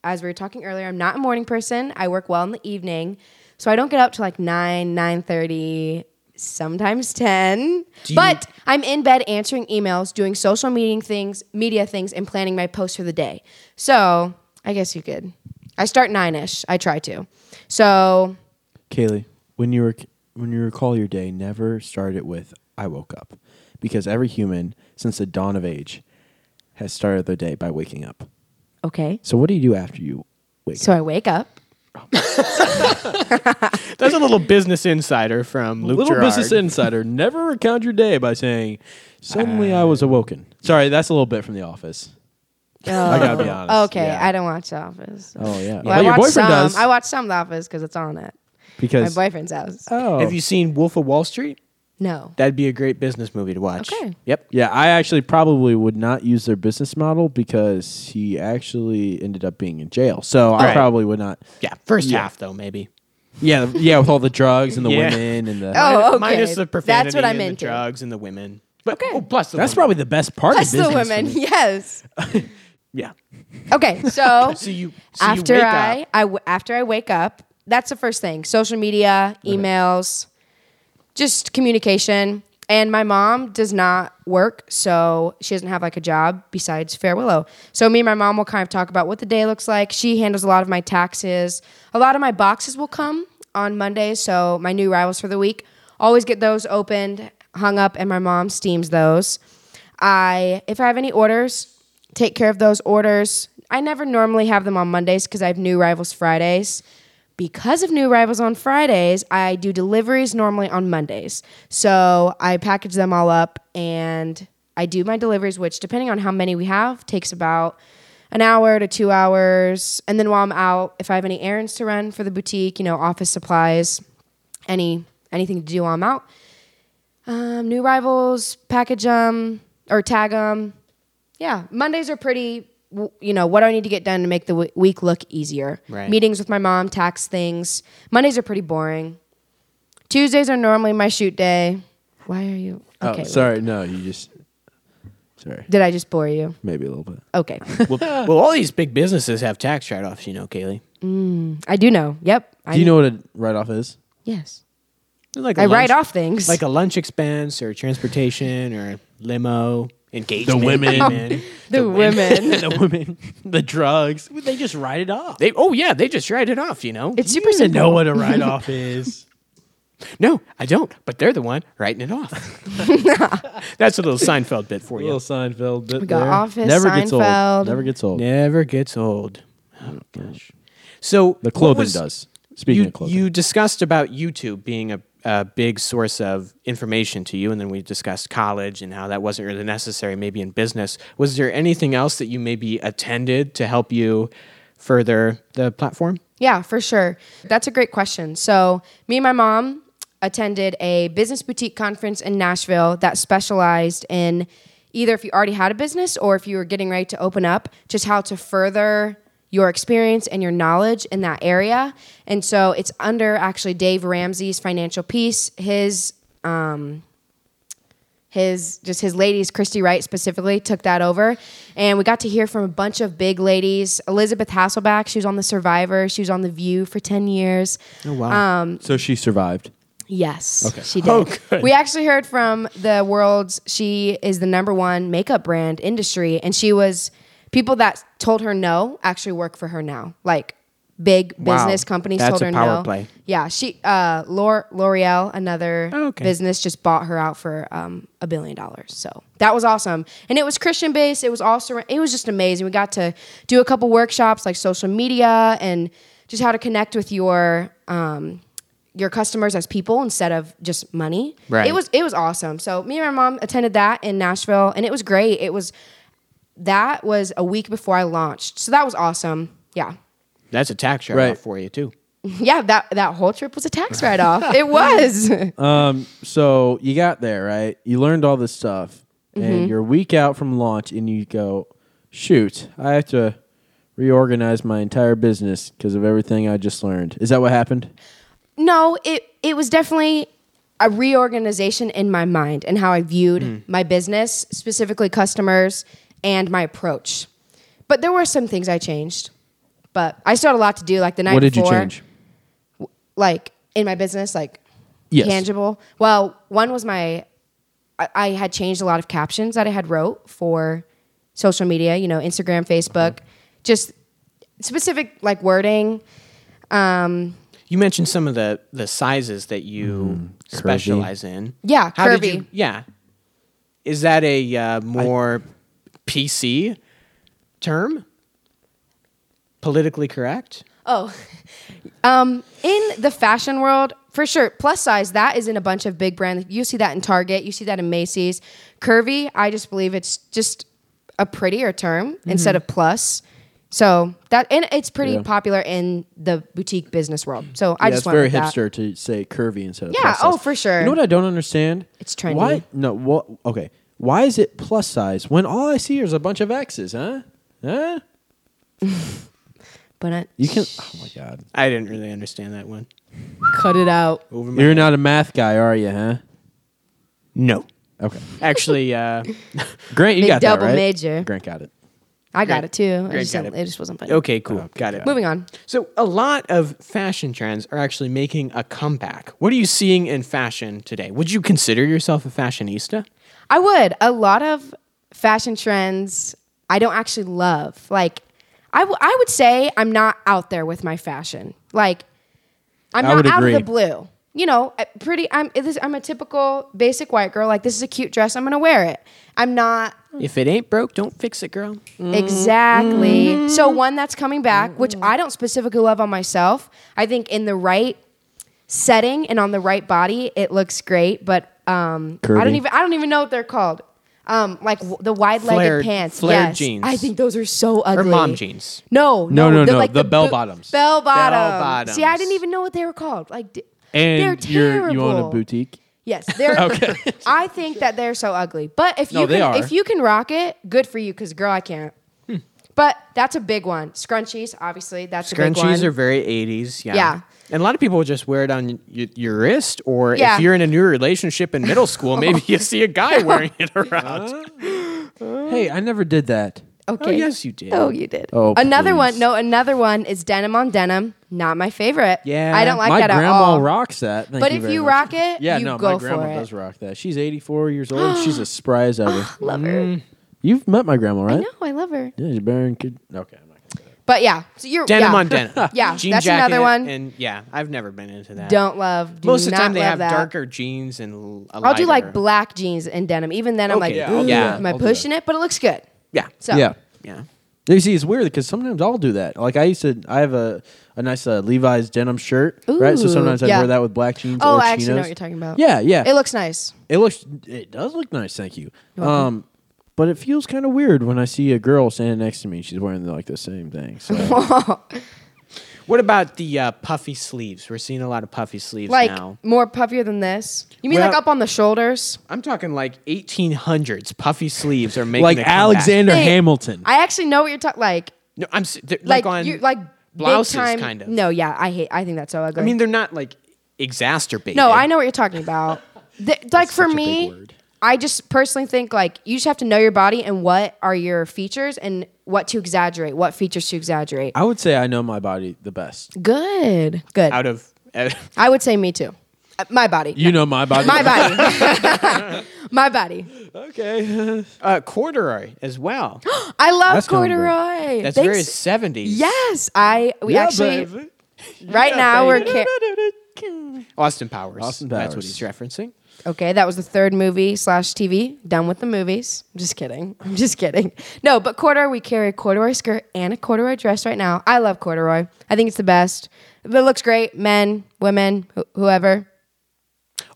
S3: as we were talking earlier, I'm not a morning person. I work well in the evening. So I don't get up till like 9, 9.30, sometimes 10.
S1: Do you-
S3: But I'm in bed answering emails, doing social meeting things, media things, and planning my post for the day. So I guess you could. I start nine ish. I try to. So
S2: Kaylee, when you were when you recall your day, never start it with I woke up. Because every human since the dawn of age has started their day by waking up.
S3: Okay.
S2: So what do you do after you wake
S3: So I wake up.
S1: That's a little business insider from Luke
S2: Little
S1: Girard.
S2: Business Insider, never recount your day by saying, suddenly I
S3: Uh,
S2: was awoken. Sorry, that's a little bit from The Office. I gotta be honest.
S3: Oh, Okay,
S2: Yeah.
S3: I don't watch The Office.
S2: Oh, yeah.
S3: Well,
S2: But
S3: I
S2: your
S3: watch
S2: boyfriend
S3: some.
S2: does.
S3: I watch some of The Office because it's on at my
S2: because,
S3: boyfriend's house.
S2: oh.
S1: Have you seen Wolf of Wall Street?
S3: no.
S1: That'd be a great business movie to watch.
S3: Okay.
S1: Yep.
S2: Yeah, I actually probably would not use their business model because he actually ended up being in jail. So I
S1: Right.
S2: probably would not.
S1: Yeah. First
S2: Yeah.
S1: half though, maybe.
S2: Yeah, yeah, with all the drugs and the
S1: Yeah.
S2: women and the.
S3: Oh, okay.
S1: Minus the profanity
S3: That's what I'm
S1: and
S3: into.
S1: the drugs and the women. But oh, plus the
S2: That's
S1: women.
S2: probably the best part
S3: Plus
S2: of business.
S3: the women.
S2: for me.
S3: Yes.
S1: yeah.
S3: Okay, so
S1: So you so you
S3: after
S1: wake
S3: I,
S1: up,
S3: I w- after I wake up, that's the first thing: social media, emails, just communication. And my mom does not work, so she doesn't have like a job besides Fair Willow. So me and my mom will kind of talk about what the day looks like. She handles a lot of my taxes. A lot of my boxes will come on Mondays, so my new rivals for the week always get those opened, hung up, and my mom steams those. I if I have any orders, take care of those orders. I never normally have them on Mondays because I have new rivals Fridays. Because of new rivals on Fridays, I do deliveries normally on Mondays. So I package them all up and I do my deliveries, which depending on how many we have, takes about an hour to two hours. And then while I'm out, if I have any errands to run for the boutique, you know, office supplies, any anything to do while I'm out, um, new rivals, package them or tag them. Yeah, Mondays are pretty. w- You know, what do I need to get done to make the w- week look easier?
S1: Right.
S3: Meetings with my mom, tax things. Mondays are pretty boring. Tuesdays are normally my shoot day. Why are you?
S2: Oh,
S3: Okay,
S2: sorry. No, you just. Sorry.
S3: Did I just bore you?
S2: Maybe a little bit.
S3: Okay,
S1: well, well, all these big businesses have tax write-offs, you know, Kaylee.
S3: I do know. Yep. I
S2: Do you know what a write off is?
S3: Yes.
S1: Like
S3: I
S1: a
S3: write
S1: lunch-
S3: off things.
S2: uh,
S1: like a lunch expense or transportation or limo engagement.
S2: women.
S1: payment.
S3: the, women.
S2: the women, the drugs.
S1: they just write it off. They oh yeah, they just write it off. You know.
S3: it's
S2: You
S3: super
S2: even
S3: simple.
S2: know what a write off is.
S1: no, I don't. But they're the one writing it off. That's a little Seinfeld bit for
S2: little
S1: you.
S2: Seinfeld bit.
S3: We got
S2: there.
S3: Office,
S2: Never gets
S3: Seinfeld.
S2: old. Never gets old.
S1: Never gets old. Oh gosh. So
S2: The
S1: what
S2: clothing
S1: was-
S2: does. Speaking
S1: you,
S2: of clothing,
S1: you discussed about YouTube being a, a big source of information to you, and then we discussed college and how that wasn't really necessary, maybe in business. Was there anything else that you maybe attended to help you further the platform?
S3: Yeah, for sure. That's a great question. So, me and my mom attended a business boutique conference in Nashville that specialized in either if you already had a business or if you were getting ready to open up, just how to further your experience and your knowledge in that area. And so, it's under actually Dave Ramsey's financial piece, his his just his ladies, Christy Wright specifically, took that over. And we got to hear from a bunch of big ladies. Elizabeth Hasselback, she was on The Survivor, she was on The View for 10 years.
S1: Oh, wow.
S2: so she survived.
S3: Yes,
S2: Okay.
S3: she did.
S1: Oh, good.
S3: We actually heard from the world's, she is the number one makeup brand industry. And she was, people that told her no actually work for her now. Like big
S1: Wow.
S3: business companies
S1: That's
S3: told
S1: a
S3: her
S1: power
S3: no.
S1: play.
S3: Yeah, she, uh, L'Ore- L'Oreal, another
S1: Oh, okay.
S3: business, just bought her out for um, a billion dollars. So that was awesome, and it was Christian based. It was also it was just amazing. We got to do a couple workshops like social media and just how to connect with your um, your customers as people instead of just money.
S1: Right.
S3: It was it was awesome. So me and my mom attended that in Nashville, and it was great. It was that was a week before I launched, so that was awesome. Yeah.
S1: That's a tax write-off
S2: Right.
S1: for you, too.
S3: Yeah, that, that whole trip was a tax write off. It was.
S2: Um, so you got there, right? You learned all this stuff,
S3: Mm-hmm.
S2: and you're a week out from launch, and you go, "Shoot, I have to reorganize my entire business because of everything I just learned." Is that what happened?
S3: No, it it was definitely a reorganization in my mind and how I viewed
S2: Mm.
S3: my business, specifically customers and my approach. But there were some things I changed. But I still had a lot to do. Like the night
S2: what did
S3: before,
S2: you change?
S3: like in my business, like
S2: Yes.
S3: tangible. Well, one was my I, I had changed a lot of captions that I had wrote for social media, you know, Instagram, Facebook, just specific like wording. Um,
S1: You mentioned some of the the sizes that you
S2: curvy.
S1: specialize in.
S3: Yeah,
S1: How did
S3: curvy.
S1: you- yeah. Is that a uh, more PC term? Politically correct?
S3: Oh, um, in the fashion world, for sure, plus size that is in a bunch of big brands. You see that in Target, you see that in Macy's. Curvy, I just believe it's just a prettier term instead of plus. So that and it's pretty
S2: Mm-hmm. Yeah.
S3: popular in the boutique business world. So I
S2: yeah,
S3: just
S2: it's
S3: went
S2: very
S3: with that.
S2: hipster to say curvy instead of
S3: Yeah,
S2: plus size.
S3: oh, for sure.
S2: You know what I don't understand?
S3: It's trendy.
S2: Why? No. What? Okay. Why is it plus size when all I see is a bunch of X's? Huh? Huh?
S3: But I,
S2: You can. Oh my god.
S1: I didn't really understand that one.
S3: cut it out.
S2: Oh,
S1: Over my
S2: You're not a math guy, are you? Huh?
S1: no.
S2: Okay.
S1: Actually, uh,
S2: Grant, you
S3: Big
S2: got
S3: double
S2: that right.
S3: major.
S2: Grant got it.
S3: I got
S1: Great.
S3: it too. I
S1: Great,
S3: just
S1: got
S3: didn't-
S1: it.
S3: it just wasn't funny.
S1: okay, cool. got it.
S3: Moving on.
S1: So, a lot of fashion trends are actually making a comeback. What are you seeing in fashion today? Would you consider yourself a fashionista?
S3: I would. A lot of fashion trends I don't actually love. Like, I, w- I would say I'm not out there with my fashion. Like, I'm
S2: I
S3: not
S2: would
S3: out of
S2: agree.
S3: the blue. You know, I- pretty. I'm. it is- I'm a typical basic white girl. Like, this is a cute dress. I'm gonna wear it. I'm not
S1: If it ain't broke, don't fix it, girl.
S3: Mm-hmm. Exactly. So one that's coming back, which I don't specifically love on myself. I think in the right setting and on the right body, it looks great. But um, I don't
S2: Curvy.
S3: even I don't even know what they're called. Um, like w- the wide-legged
S1: Flared-
S3: pants,
S1: flared
S3: yes.
S1: jeans.
S3: I think those are so
S1: Or
S3: ugly.
S1: mom jeans.
S3: No,
S2: No,
S3: no,
S2: no,
S3: they're
S2: no,
S3: Like
S2: the bell
S3: boot-
S2: bottoms.
S3: Bell bottoms.
S1: bottoms.
S3: See, I didn't even know what they were called. Like, d- they're
S2: And
S3: terrible.
S2: you're you own a boutique.
S3: Yes, they're. I think that they're so ugly. But if you
S2: No,
S3: can,
S2: they are.
S3: if you can rock it, good for you. Because girl, I can't.
S1: Hmm.
S3: But that's a big one. Scrunchies, obviously, that's a big
S1: Scrunchies
S3: one.
S1: are very 80s. Yeah.
S3: Yeah.
S1: And a lot of people will just wear it on y- your wrist, or
S3: Yeah.
S1: if you're in a new relationship in middle school, maybe you see a guy wearing it around.
S3: Mm.
S2: Hey, I never did that.
S3: okay.
S1: Oh, yes, you did.
S3: Oh, you did.
S2: Oh,
S3: another one.
S2: please.
S3: No, another one is denim on denim. Not my favorite.
S1: Yeah.
S3: I don't like
S2: my
S3: that at
S2: grandma
S3: all.
S2: rocks that. Thank
S3: But
S2: you
S3: if
S2: very
S3: you
S2: much.
S3: rock it,
S2: yeah,
S3: you
S2: no,
S3: go
S2: my grandma
S3: for it.
S2: does rock that. She's 84 years old. She's as spry as ever.
S3: Love
S1: Mm.
S3: her.
S2: You've met my grandma, right?
S3: No, I love her.
S2: Yeah, you're bearing kid. Okay, I'm not. Gonna
S3: But yeah, so you're
S1: Denim
S3: yeah.
S1: on denim.
S3: Yeah,
S1: Jean
S3: that's
S1: jacket
S3: another one.
S1: And yeah, I've never been into that.
S3: Don't love. do
S1: Most of the
S3: not
S1: time, they
S3: love
S1: have
S3: that.
S1: darker jeans and. i
S3: I'll do like black jeans and denim. Even then, I'm
S1: Okay,
S3: like,
S1: yeah, I'll do
S2: that.
S3: am I
S2: I'll do
S3: pushing it? But it looks good.
S1: Yeah.
S3: So
S2: yeah.
S1: Yeah.
S2: You see, it's weird because sometimes I'll do that. Like I used to, I have a, a nice uh, Levi's denim shirt, right? So
S3: Ooh,
S2: sometimes I
S3: yeah.
S2: wear that with black jeans.
S3: Oh,
S2: or
S3: I actually know
S2: chinos.
S3: what you're talking about.
S2: Yeah, yeah.
S3: It looks nice.
S2: It looks. It does look nice. Thank you. Um, but it feels kind of weird when I see a girl standing next to me. and She's wearing like the same thing. So
S1: What about the uh, puffy sleeves? We're seeing a lot of puffy sleeves
S3: Like
S1: now.
S3: more puffier than this. You mean
S1: Well-
S3: like up on the shoulders?
S1: I'm talking like 1800s puffy sleeves are making
S2: like
S1: a comeback.
S2: Alexander
S3: Hey,
S2: Hamilton.
S3: I actually know what you're talking. Like,
S1: No, I'm s- they're
S3: like,
S1: like, on
S3: you like
S1: blouses
S3: big time,
S1: kind of.
S3: No, yeah, I hate. I think that's so ugly.
S1: I mean they're not like exacerbated.
S3: no, I know what you're talking about. Th- like for
S2: such a big
S3: me,
S2: word.
S3: I just personally think like you just have to know your body and what are your features and what to exaggerate, what features to exaggerate.
S2: I would say I know my body the best.
S3: Good, good.
S1: Out of uh,
S3: I would say me too. Uh, my body.
S2: You know my body.
S3: my body. my body.
S2: okay.
S1: uh, corduroy as well.
S3: I love
S2: That's kinda
S3: corduroy.
S2: great.
S1: That's
S3: Thanks-
S1: very 70s.
S3: Yes, I. We actually
S2: Yeah,
S3: right now we're
S2: baby.
S3: ca-
S1: Austin Powers.
S2: Austin
S1: That's what
S2: Powers.
S1: he's referencing.
S3: okay. That was the third movie slash TV. Done with the movies. I'm just kidding. I'm just kidding. No, but corduroy. We carry a corduroy skirt and a corduroy dress right now. I love corduroy. I think it's the best. It looks great. Men, women, wh- whoever.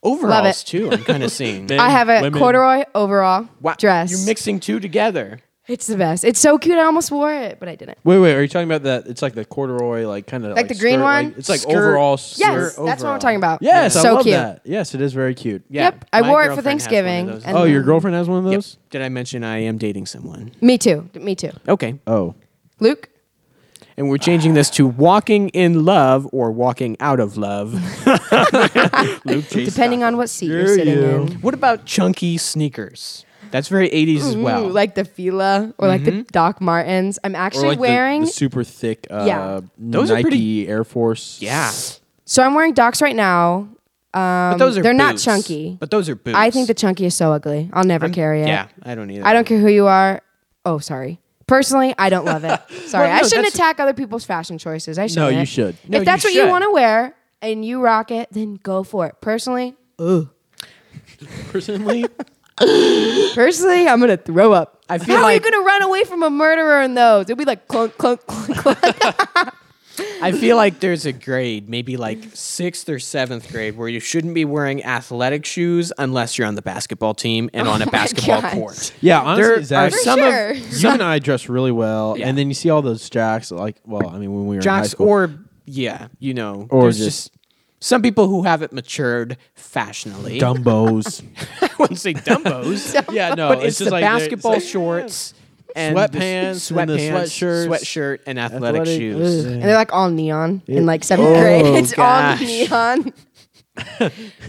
S1: Overalls too. I'm kind of seeing.
S2: Man,
S3: I have a
S2: women.
S3: corduroy overall
S1: Wow,
S3: dress.
S1: You're mixing two together.
S3: it's the best. It's so cute. I almost wore it, but I didn't.
S2: Wait, wait. Are you talking about that? It's like the corduroy, like kind of like,
S3: the green
S2: skirt,
S3: one?
S2: like- it's like
S1: Skirt.
S2: overall.
S3: Yes,
S2: skirt. Oh,
S3: that's what I'm
S1: overall.
S3: talking about.
S2: Yes, I
S3: so
S2: love
S3: cute.
S2: that. Yes, it is very cute.
S1: Yeah,
S3: Yep, I
S1: my
S3: wore it for
S1: girlfriend has one of
S3: Thanksgiving,
S1: those.
S3: and-
S2: Oh, your girlfriend has one of
S1: Yep.
S2: those.
S1: Did I mention I am dating someone?
S3: Me too. Me too.
S1: Okay.
S2: Oh,
S3: Luke.
S1: And we're changing this to walking in love or walking out of love. Luke J.
S3: Depending on what seat you're
S2: Screw
S3: sitting
S2: you.
S3: in.
S1: What about chunky sneakers? That's very 80s as well.
S3: Ooh, Mm, like the Fila or like the Doc Martens. I'm actually
S2: like the-
S3: wearing.
S2: the, super thick. Uh,
S3: Yeah.
S1: Those are
S2: Nike
S1: pretty-
S2: Air Force.
S1: yeah.
S3: so I'm wearing Docs right now. Um,
S1: But those are
S3: they're not
S1: boots.
S3: chunky.
S1: But those are boots.
S3: I think the chunky is so ugly. I'll never carry it.
S1: Yeah, I don't either.
S3: I don't care who you are. Oh, sorry. Personally, I don't love it. Sorry,
S1: Well,
S3: I
S1: no,
S3: shouldn't
S1: that's-
S3: attack other people's fashion choices. I
S2: No,
S3: shouldn't.
S2: you should.
S1: No,
S3: if that's
S1: you
S3: what you
S1: should.
S3: want to wear, and you rock it, then go for it. Personally,
S2: Personally,
S3: personally, I'm gonna throw up.
S1: I feel
S3: How
S1: like-
S3: are you gonna run away from a murderer in those? It'll be like clunk, clunk, clunk, clunk.
S1: I feel like there's a grade, maybe like sixth or seventh grade, where you shouldn't be wearing athletic shoes unless you're on the basketball team and on a
S3: my
S1: basketball
S3: God.
S1: court.
S2: yeah, honestly,
S1: There
S2: Zach,
S1: are some
S3: sure.
S1: of
S2: you and I dress really well,
S1: Yeah.
S2: and then you see all those jacks. Like, well, I mean, when we were in high
S1: jocks
S2: school,
S1: or yeah, you know,
S2: Or
S1: there's
S2: just-
S1: some people who haven't matured fashionably.
S2: Dumbos,
S1: I wouldn't say Dumbos.
S2: yeah, no,
S1: but it's, the
S2: like they're-
S1: basketball
S2: it's like-
S1: shorts. And the s-
S2: Sweatpants and the
S1: sweatpants,
S2: sweatshirts.
S1: sweatshirt, and athletic,
S2: Athletic-
S1: shoes.
S2: Ugh.
S3: and they're like all neon in like seventh
S2: Oh,
S3: grade. It's
S1: gosh.
S3: all neon.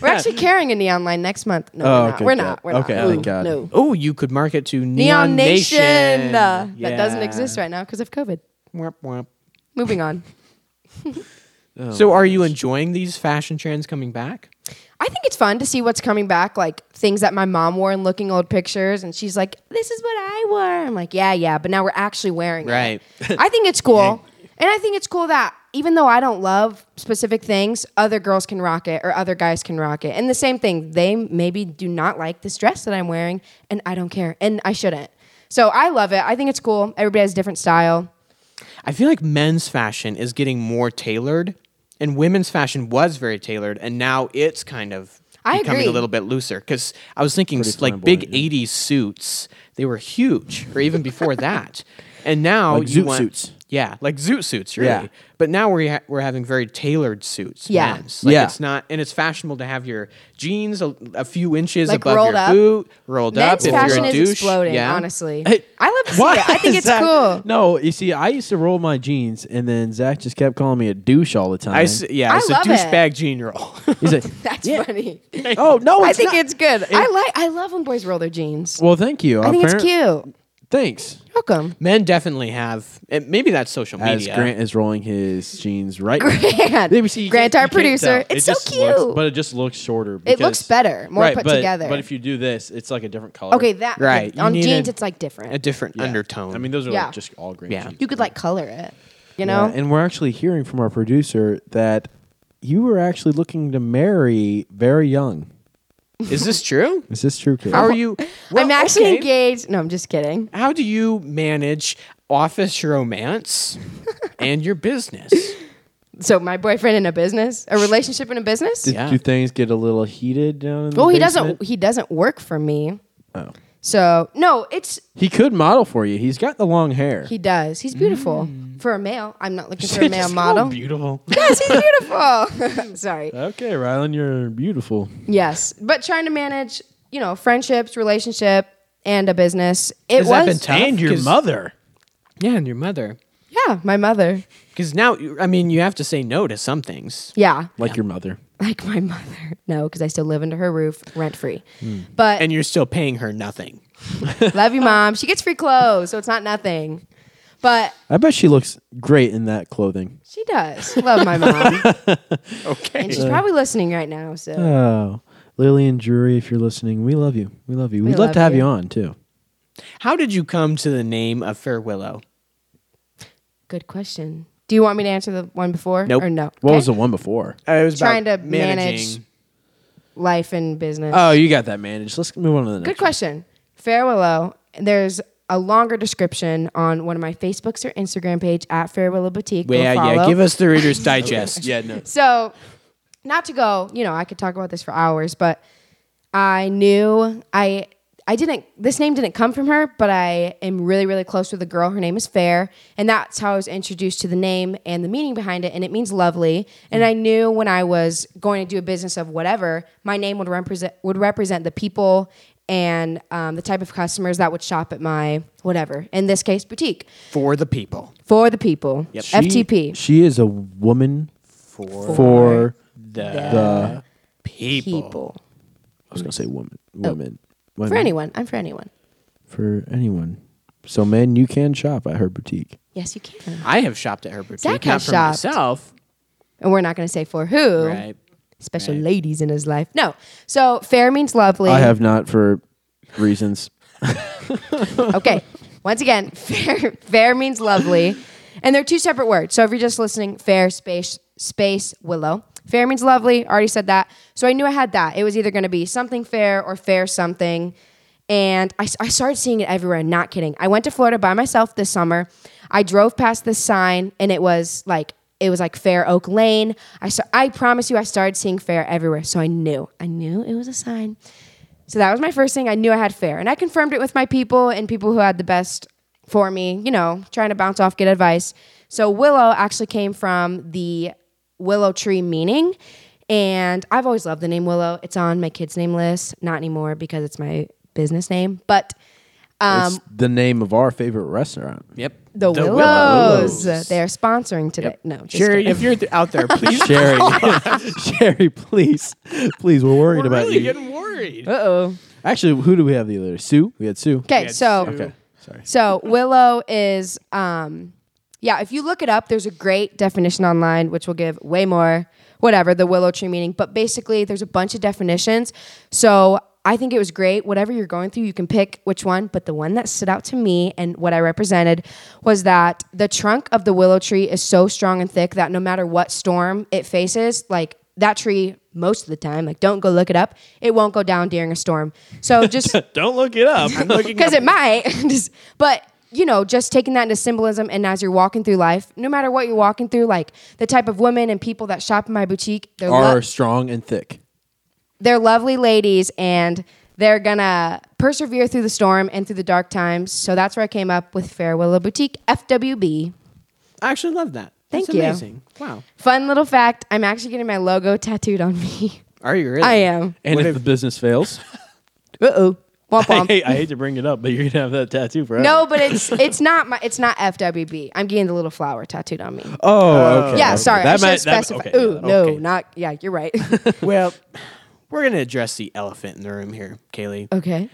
S3: we're actually carrying a neon line next month. No,
S2: Oh, okay,
S3: we're, not. we're
S2: good.
S3: not. We're not.
S2: Okay,
S3: no,
S2: thank God.
S3: No.
S1: Oh, you could market to Neon,
S3: Neon Nation. uh, That doesn't
S1: Yeah.
S3: exist right now because of COVID.
S1: Womp womp.
S3: Moving on.
S1: so, are you enjoying these fashion trends coming back?
S3: I think it's fun to see what's coming back, like things that my mom wore and looking old pictures, and she's like, "This is what I wore." I'm like, "Yeah, yeah," but now we're actually wearing
S1: Right.
S3: it. I think it's cool, and I think it's cool that even though I don't love specific things, other girls can rock it or other guys can rock it, and the same thing. They maybe do not like this dress that I'm wearing, and I don't care, and I shouldn't. So I love it. I think it's cool. Everybody has a different style.
S1: I feel like men's fashion is getting more tailored, and women's fashion was very tailored, and now it's kind of
S3: I
S1: becoming
S3: agree.
S1: a little bit looser. Because I was thinking s- like big
S2: flamboyant,
S1: '80s suits, they were huge, or even before that, and now
S2: Like
S1: you
S2: zoot
S1: want-
S2: suits.
S1: Yeah, like zoot suits, really.
S2: Yeah.
S1: But now we're ha- we're having very tailored suits.
S3: Yeah.
S1: men's. Like
S2: Yeah.
S1: It's not, and it's fashionable to have your jeans a, a few inches
S3: Like
S1: above
S3: rolled
S1: your
S3: up.
S1: boot, rolled up.
S3: Men's
S1: if you're a
S3: fashion is
S1: douche.
S3: exploding.
S1: Yeah.
S3: Honestly,
S2: Hey,
S3: I love to see
S2: What?
S3: it. I think it's
S2: Zach-
S3: cool.
S2: No, you see, I used to roll my jeans, and then Zach just kept calling me a douche all the time.
S1: I s- yeah,
S3: I
S1: it's a
S3: love it.
S1: douchebag jean roll.
S2: He's like,
S3: That's funny.
S2: oh no,
S3: I
S2: it's
S3: think
S2: not-
S3: it's good. I like. I love when boys roll their jeans.
S2: Well, thank you.
S3: I think it's
S2: Apparent-
S3: cute.
S2: Thanks.
S3: How come?
S1: Men definitely have. and Maybe that's social
S2: As
S1: media.
S2: Grant is rolling his jeans right. now.
S3: Grant.
S2: Maybe see- you
S3: Grant,
S2: can't-
S3: our
S2: you can't
S3: producer.
S2: tell.
S3: It's
S2: It
S3: so
S2: just looks-
S3: cute.
S2: but it just looks shorter.
S3: It looks
S2: because-
S3: better, more
S2: Right,
S3: put
S2: but-
S3: together.
S2: But if you do this, it's like a different color.
S3: okay, that
S1: Right,
S3: on
S1: you need
S3: jeans,
S1: a-
S3: it's like different.
S1: a different
S2: Yeah.
S1: undertone.
S2: I mean, those are
S3: Yeah.
S2: like just all green.
S1: Yeah.
S2: jeans.
S3: you could like color it.
S2: Yeah,
S3: You know,
S2: and we're actually hearing from our producer that you were actually looking to marry very young.
S1: is this true?
S2: Is this true, Kate?
S1: How are you?
S3: I'm
S1: Well,
S3: actually
S1: okay.
S3: engaged. No, I'm just kidding.
S1: How do you manage office romance and your business?
S3: So my boyfriend in a business, a relationship in a business.
S2: Did,
S1: Yeah.
S2: Do things get a little heated down in the
S3: Well, he
S2: basement?
S3: doesn't. He doesn't work for me.
S2: Oh.
S3: So no, it's
S2: He could model for you. He's got the long hair.
S3: he does. He's beautiful
S2: Mm.
S3: for a male. I'm not looking for a male model.
S1: beautiful.
S3: Yes, he's beautiful. Sorry.
S2: okay, Rylan, you're beautiful.
S3: Yes, but trying to manage, you know, friendships, relationship, and a business. It
S1: Has that been
S3: was
S1: tough? And your 'Cause-
S2: mother.
S1: Yeah, and your mother.
S3: yeah, my mother.
S1: Because now, I mean, you have to say no to some things.
S3: Yeah,
S2: Like your mother.
S3: like my mother. No, because I still live under her roof, rent free.
S1: Hmm.
S3: But
S1: And you're still paying her nothing.
S3: love you, mom. She gets free clothes, so it's not nothing. But
S2: I bet she looks great in that clothing.
S3: she does love my mom,
S1: Okay.
S3: and she's probably listening right now. So
S1: Uh.
S2: Oh, Lillian Drury, if you're listening, we love you. We love you. We'd love
S3: love
S2: to have
S3: you. Oh,
S2: you on, too.
S1: How did you come to the name of Fair Willow?
S3: good question. Do you want me to answer the one before
S1: Nope.
S3: or no?
S2: What
S3: Okay.
S2: was the one before?
S1: I was
S3: Trying to manage life and business?
S2: Oh, you got that managed. Let's move on to the next.
S3: Good question. Fair Willow. There's a longer description on one of my Facebooks or Instagram page at Fair Willow Boutique. Go
S1: Yeah, yeah.
S3: follow.
S1: Give us the Reader's Digest.
S2: Yeah, no.
S3: So, not to go, you know, I could talk about this for hours, but I knew I I didn't this name didn't come from her, but I am really really close with a girl. Her name is Fair, and that's how I was introduced to the name and the meaning behind it, and it means lovely. And I knew when I was going to do a business of whatever, my name would represent would represent the people and um, the type of customers that would shop at my whatever. In this case, boutique
S1: For the people.
S3: for the people. FTP.
S2: She is a woman
S1: For
S2: for,
S1: the,
S2: the.
S1: uh, people.
S3: people.
S2: I was gonna say woman, woman, women.
S3: Oh. For anyone. I'm for anyone.
S2: for anyone. So, men, you can shop at her boutique.
S3: Yes, you can.
S1: I have shopped at her boutique.
S3: Zach
S1: not
S3: has
S1: for
S3: shopped.
S1: myself.
S3: And we're not going to say for who.
S1: Right.
S3: Special ladies in his life. No. So fair means lovely.
S2: I have not for reasons.
S3: okay. Once again, fair fair means lovely. And they're two separate words. So if you're just listening, fair space space willow. Fair means lovely. Already said that. So I knew I had that. It was either going to be something fair or fair something. And I, I started seeing it everywhere. Not kidding. I went to Florida by myself this summer. I drove past this sign and it was like, it was like Fair Oak Lane. I, saw, I promise you, I started seeing fair everywhere. So I knew. I knew it was a sign. So that was my first thing. I knew I had fair. And I confirmed it with my people and people who had the best for me, you know, trying to bounce off, get advice. So Willow actually came from the willow tree meaning. And I've always loved the name Willow. It's on my kids' name list, not anymore because it's my business name, but Um,
S2: it's the name of our favorite restaurant.
S1: Yep.
S3: the, Willows. They're sponsoring today. No, just
S1: Sherry,
S3: kidding.
S1: if you're th- out there, please.
S2: Sherry, Sherry, please, please, we're worried
S1: We're
S2: about
S1: really
S2: you.
S1: getting worried.
S3: Uh-oh.
S2: Actually, who do we have the other? Sue. We had Sue.
S3: Okay, so
S2: Okay. Sorry.
S3: So Willow is, um, yeah. If you look it up, there's a great definition online, which will give way more, whatever the willow tree meaning. But basically, there's a bunch of definitions. So I think it was great. Whatever you're going through, you can pick which one. But the one that stood out to me and what I represented was that the trunk of the willow tree is so strong and thick that no matter what storm it faces, like that tree most of the time like don't go look it up it won't go down during a storm so just
S1: Don't look it up. I'm looking
S3: because it might. Just- but you know, just taking that into symbolism, and as you're walking through life, no matter what you're walking through, like the type of women and people that shop in my boutique, they're
S2: Are
S3: lo-
S2: strong and thick.
S3: they're lovely ladies, and they're gonna persevere through the storm and through the dark times. So that's where I came up with Fair Willow Boutique FWB.
S1: I actually love that.
S3: Thank
S1: That's
S3: you.
S1: amazing. Wow.
S3: Fun little fact: I'm actually getting my logo tattooed on me.
S1: Are you really?
S3: I am.
S2: And
S1: What
S2: if the business fails,
S3: Uh oh. Womp
S2: I
S3: womp.
S2: hate, I hate to bring it up, but you're gonna have that tattoo forever.
S3: No, but it's it's not my it's not FWB. I'm getting the little flower tattooed on me.
S2: Oh, okay.
S3: Yeah,
S2: okay.
S3: sorry. I
S2: That
S3: should
S2: might-
S3: have
S2: that-
S3: specified.
S2: okay,
S3: Ooh,
S2: yeah,
S3: no,
S2: okay.
S3: not. Yeah, you're right.
S1: Well, we're going to address the elephant in the room here, Kaylee.
S3: okay.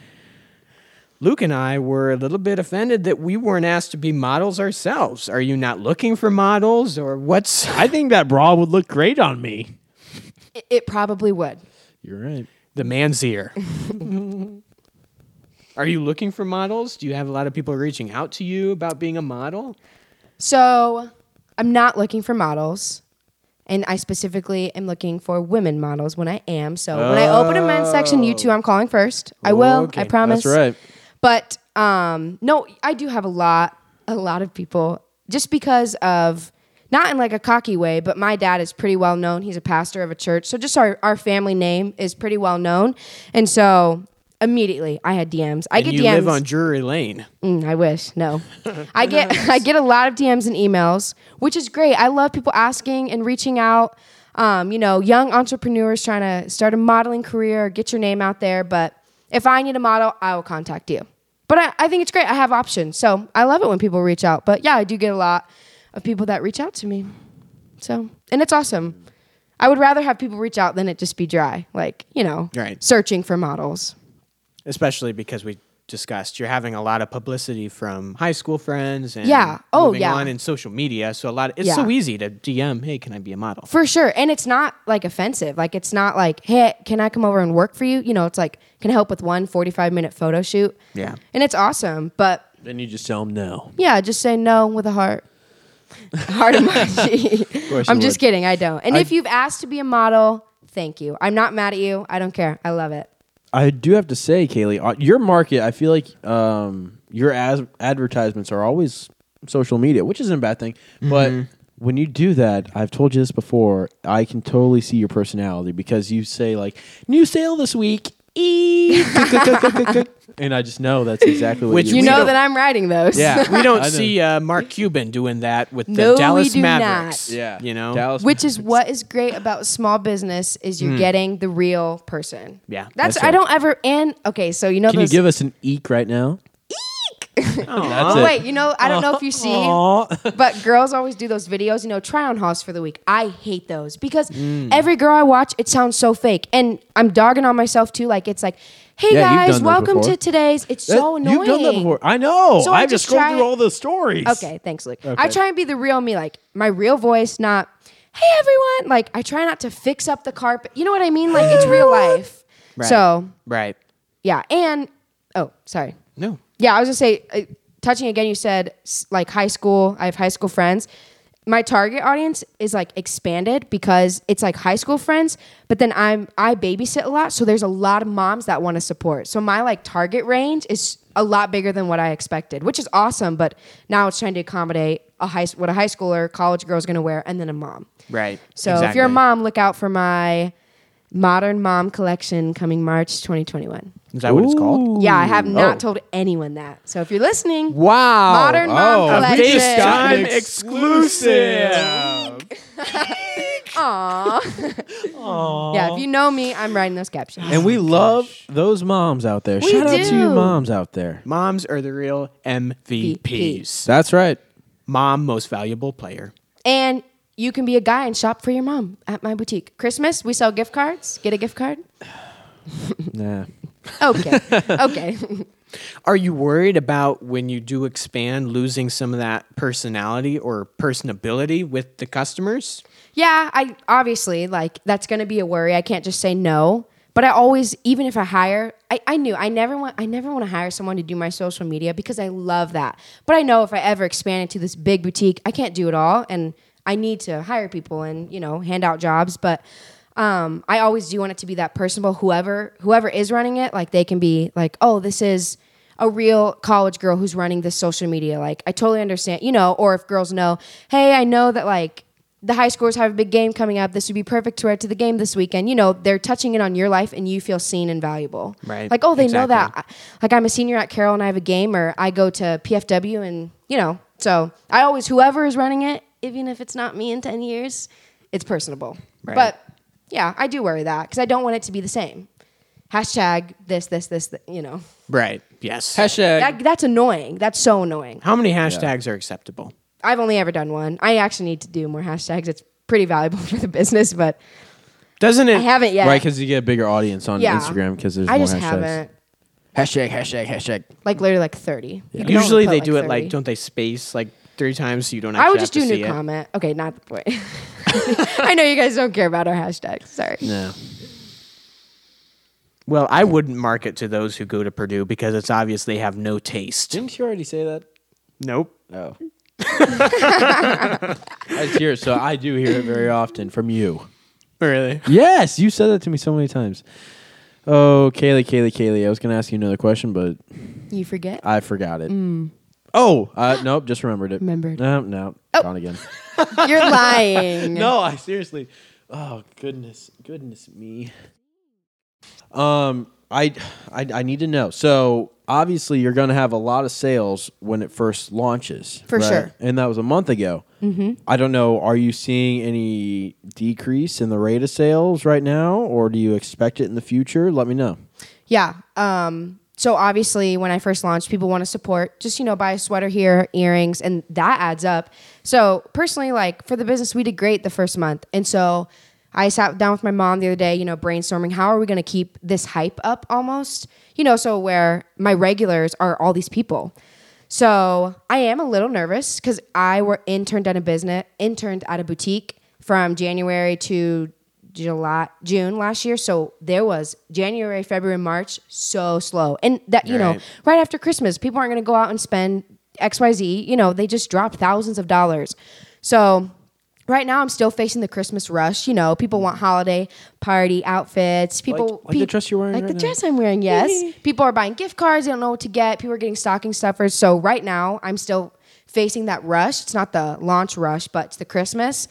S1: Luke and I were a little bit offended that we weren't asked to be models ourselves. Are you not looking for models or what's.
S2: I think that bra would look great on me.
S3: It, it probably would.
S2: You're right.
S1: The man's here. Are you looking for models? Do you have a lot of people reaching out to you about being a model?
S3: So I'm not looking for models. And I specifically am looking for women models when I am. So when I open a men's section, you two I'm calling first. I will.
S1: Oh. Okay,
S3: I promise.
S2: That's right.
S3: But um, no, I do have a lot, a lot of people just because of not in like a cocky way, but my dad is pretty well known. He's a pastor of a church, so just our our family name is pretty well known, and so immediately I had DMs. I
S1: and
S3: get
S1: you
S3: DMs.
S1: live on Drury Lane.
S3: Mm, I wish. No, I get I get a lot of DMs and emails, which is great. I love people asking and reaching out. Um, you know, young entrepreneurs trying to start a modeling career, get your name out there. But if I need a model, I will contact you. But I, I think it's great. I have options, so I love it when people reach out. But yeah, I do get a lot of people that reach out to me. So and it's awesome. I would rather have people reach out than it just be dry, like you know,
S1: Right.
S3: searching for models.
S1: especially because we discussed you're having a lot of publicity from high school friends and
S3: Yeah. Oh,
S1: moving
S3: yeah.
S1: on in social media so a lot it's
S3: Yeah.
S1: so easy to dm hey can i be a model
S3: For sure. And it's not like offensive. Like it's not like, hey, can I come over and work for you? You know, it's like, can I help with one 45 minute photo shoot?
S1: Yeah.
S3: And it's awesome. But
S2: Then you just tell them no.
S3: yeah, just say no with a heart. Heart emoji.
S2: course
S3: I'm
S2: you
S3: just
S2: would.
S3: kidding. I don't. And if you've asked to be a model, thank you. I'm not mad at you. I don't care. I love it.
S2: I do have to say, Kaylee, uh, your market, I feel like um, your as- advertisements are always social media, which isn't a bad thing.
S3: Mm-hmm.
S2: But when you do that, I've told you this before, I can totally see your personality because you say, like, new sale this week. Eee. and I just know that's exactly what
S1: Which
S2: you
S3: You
S1: we
S3: know
S1: don't-
S3: that I'm writing those.
S2: Yeah.
S1: we don't
S2: I know.
S1: see uh, mark cuban doing that with the
S3: No, we
S1: dallas
S3: do
S1: mavericks
S3: not.
S2: Yeah.
S1: you know
S2: Dallas
S3: Which is what is great about small business is you're getting the real person.
S1: Yeah,
S3: That's,
S2: Hmm. that's
S3: I
S2: right.
S3: don't ever and okay, so you know
S2: Can you
S3: those
S2: give us an eek right now?
S1: Aw.
S2: That's it.
S3: Oh, Wait, you know, I don't know if you see, but girls always do those videos, you know, try on hauls for the week. I hate those because
S2: Mm.
S3: every girl I watch, it sounds so fake. And I'm dogging on myself too. Like, it's like, hey
S2: Yeah, you've done
S3: guys,
S2: those
S3: welcome
S2: before.
S3: to today's. It's so
S2: That-
S3: annoying.
S2: You've done that before. I know.
S3: So I
S2: I've just
S3: just
S2: scrolled
S3: try-
S2: through all the stories.
S3: Okay, thanks, Luke. I try and be the real me, like my real voice, not, hey, everyone. Like, I try not to fix up the carpet. You know what I mean? Like, it's real life.
S1: Right.
S3: So,
S1: right
S3: yeah. And, oh, sorry.
S1: no
S3: Yeah, I was gonna say, uh, touching again. You said s- like high school. I have high school friends. my target audience is like expanded because it's like high school friends, but then I'm I babysit a lot, so there's a lot of moms that want to support. So my like target range is a lot bigger than what I expected, which is awesome, but now it's trying to accommodate a high what a high schooler, college girl is going to wear and then a mom.
S1: Right.
S3: So if you're a
S1: Exactly.
S3: mom, look out for my modern mom collection coming March 2021.
S1: is that what it's called?
S3: Yeah, I have not
S2: Oh.
S3: told anyone that. So if you're listening,
S1: Wow.
S3: modern mom
S2: Oh,
S1: A
S2: we
S3: collection.
S2: just got an
S1: FaceTime exclusive.
S3: Yeah, if you know me, I'm writing those captions.
S2: And we love those moms out there.
S3: We
S2: Shout out to you,
S3: do.
S2: moms out there.
S1: Moms are the real MVPs.
S2: That's right.
S1: Mom, most valuable player.
S3: And you can be a guy and shop for your mom at my boutique. Christmas, we sell gift cards. Get a gift card.
S2: Nah.
S3: Okay. okay.
S1: Are you worried about when you do expand losing some of that personality or personability with the customers?
S3: yeah, I obviously like that's gonna be a worry. I can't just say no. But I always, even if I hire, I, I knew I never want I never want to hire someone to do my social media because I love that. But I know if I ever expand into this big boutique, I can't do it all and I need to hire people and, you know, hand out jobs. But um, I always do want it to be that personable. Whoever whoever is running it, like they can be like, oh, this is a real college girl who's running this social media. Like I totally understand, you know. Or if girls know, hey, I know that like the high scores have a big game coming up. This would be perfect to wear to the game this weekend. You know, they're touching it on your life, and you feel seen and valuable.
S1: Right.
S3: Like oh, they know
S1: Exactly.
S3: that I- like I'm a senior at Carroll and I have a game, or I go to PFW, and you know, so I always whoever is running it, even if it's not me in ten years, it's personable.
S1: Right.
S3: But yeah, I do worry that because I don't want it to be the same. Hashtag this, this, this, th- you know.
S1: Right. Yes.
S2: Hashtag.
S3: That, that's annoying. That's so annoying.
S1: How many hashtags are acceptable?
S3: I've only ever done one. I actually need to do more hashtags. It's pretty valuable for the business, but
S1: Doesn't it?
S3: I haven't yet.
S2: Right, because you get a bigger audience on
S3: Yeah.
S2: Instagram because there's
S3: I
S2: more
S3: just
S2: hashtags.
S3: haven't.
S2: Hashtag, hashtag, hashtag.
S3: Like literally like 30. You can only
S1: Usually
S3: put,
S1: they do it
S3: 30.
S1: like, don't they space like three times so you don't actually
S3: I would just
S1: have
S3: do
S1: to
S3: new
S1: see it?
S3: comment. Okay, not the point. I know you guys don't care about our hashtags. Sorry.
S2: No.
S1: Well, I wouldn't market to those who go to Purdue because it's obvious they have no taste.
S2: Didn't you already say that?
S1: Nope.
S2: No. I hear it, so I do hear it very often from you.
S1: Really?
S2: Yes, you said that to me so many times. Oh, Kaylee, Kaylee, Kaylee. I was going to ask you another question, but
S3: You forget?
S2: I forgot it. Oh, uh, nope, just remembered it.
S3: Mm. Remembered. Oh.
S2: No, no, gone again.
S3: You're lying.
S2: no, I seriously. Oh goodness, goodness me. Um, I, I, I need to know. So obviously, you're going to have a lot of sales when it first launches,
S3: For sure.
S2: And that was a month ago. Mm-hmm. I don't know. Are you seeing any decrease in the rate of sales right now, or do you expect it in the future? Let me know.
S3: Yeah. Um, so obviously, when I first launched, people want to support. Just you know, buy a sweater here, earrings, and that adds up. So personally, like for the business, we did great the first month, and so I sat down with my mom the other day, you know, brainstorming how are we going to keep this hype up, almost, you know, so where my regulars are all these people. So I am a little nervous because I were interned at a business, interned at a boutique from January to July, June last year. So there was January, February, March, so slow. And that, you know,
S1: Right.
S3: right after Christmas, people aren't going to go out and spend XYZ. You know, they just dropped thousands of dollars. So right now I'm still facing the Christmas rush. You know, people want holiday party outfits. People,
S2: Like- like the dress you're wearing
S3: like
S2: right
S3: the
S2: now.
S3: dress I'm wearing, yes. people are buying gift cards. They don't know what to get. People are getting stocking stuffers. So right now, I'm still facing that rush. It's not the launch rush, but it's the Christmas.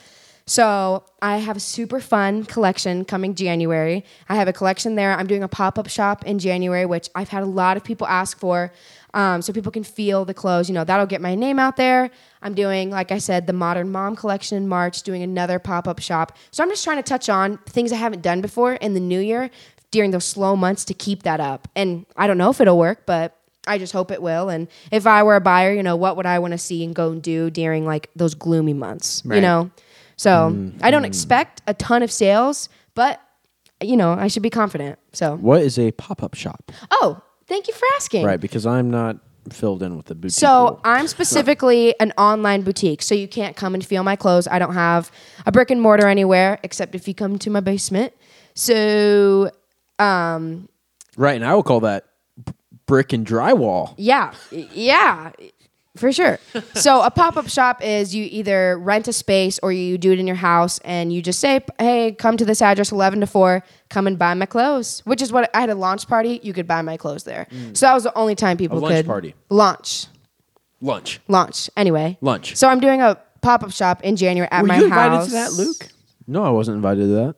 S3: So I have a super fun collection coming January. I have a collection there. I'm doing a pop up shop in January, which I've had a lot of people ask for. Um, so people can feel the clothes. You know, that'll get my name out there. I'm doing, like I said, the Modern Mom collection in March, doing another pop up shop. So I'm just trying to touch on things I haven't done before in the new year during those slow months to keep that up. And I don't know if it'll work, but I just hope it will. And if I were a buyer, you know, what would I want to see and go and do during like those gloomy months, you
S1: Right.
S3: know? So I don't expect a ton of sales, but you know, I should be confident. So,
S2: What is a pop up shop?
S3: oh, thank you for asking.
S2: Right, because I'm not filled in with the boutique.
S3: So
S2: rule.
S3: I'm specifically an online boutique, so you can't come and feel my clothes. I don't have a brick and mortar anywhere except if you come to my basement. So um,
S2: right, and I will call that b- brick and drywall.
S3: yeah, yeah, For sure. so a pop up shop is you either rent a space or you do it in your house and you just say, hey, come to this address 11 to 4, come and buy my clothes, which is what I had a launch party. You could buy my clothes there. So that was the only time people
S2: lunch
S3: could.
S2: party.
S3: Launch.
S2: Lunch.
S3: Launch. Anyway.
S2: Lunch.
S3: So I'm doing a pop up shop in January at
S1: Were
S3: my
S1: you invited
S3: house.
S1: to that, Luke?
S2: No, I wasn't invited to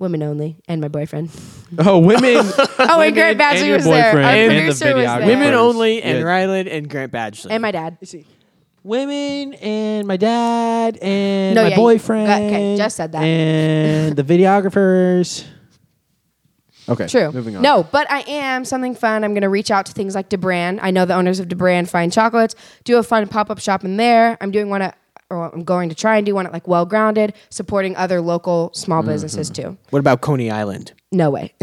S3: Women only and my boyfriend.
S2: that. Oh, women.
S3: oh, and Grant
S4: and
S3: Badgley
S4: your
S3: was there. Our
S4: boyfriend and the
S3: producer was
S4: videographer.
S3: there.
S1: Women
S4: Yeah.
S1: only and
S2: Yeah.
S1: Ryland and Grant Badgley.
S3: and my dad.
S2: women and my dad and
S3: No,
S2: my
S3: yeah, you-
S2: boyfriend.
S3: okay, just said that.
S2: And the videographers. Okay.
S3: True.
S2: Moving on.
S3: No, but I am something fun. I'm going to reach out to things like DeBrand. I know the owners of DeBrand Fine Chocolates. Do a fun pop up shop in there. I'm doing one at, or I'm going to try and do one at like Well Grounded, supporting other local small businesses too.
S1: What about Coney Island?
S3: No way.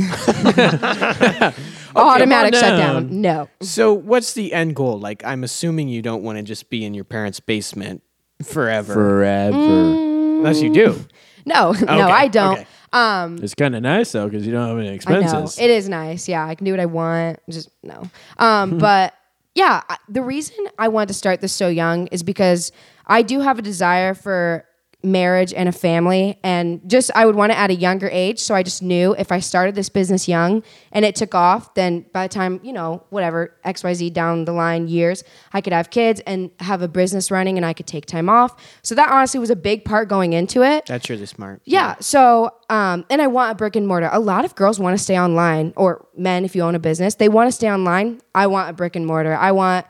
S3: Automatic
S1: come on
S3: shutdown. No.
S1: So, what's the end goal? Like, I'm assuming you don't want to just be in your parents' basement forever,
S2: Forever.
S3: Mm.
S1: unless you do.
S3: No, no, I don't.
S1: okay.
S3: Um,
S2: It's kind of nice though because you don't have any
S3: I know
S2: expenses.
S3: it is nice. Yeah, I can do what I want. Just no. Um, but yeah, I- the reason I wanted to start this so young is because I do have a desire for marriage and a family, and just I would want it at a younger age. So I just knew if I started this business young and it took off, then by the time you know whatever X Y Z down the line years, I could have kids and have a business running, and I could take time off. So that honestly was a big part going into it.
S1: That's really smart.
S3: Yeah. So, um, and I want a brick and mortar. A lot of girls want to stay online, or men, if you own a business, they want to stay online. I want a brick and mortar. I want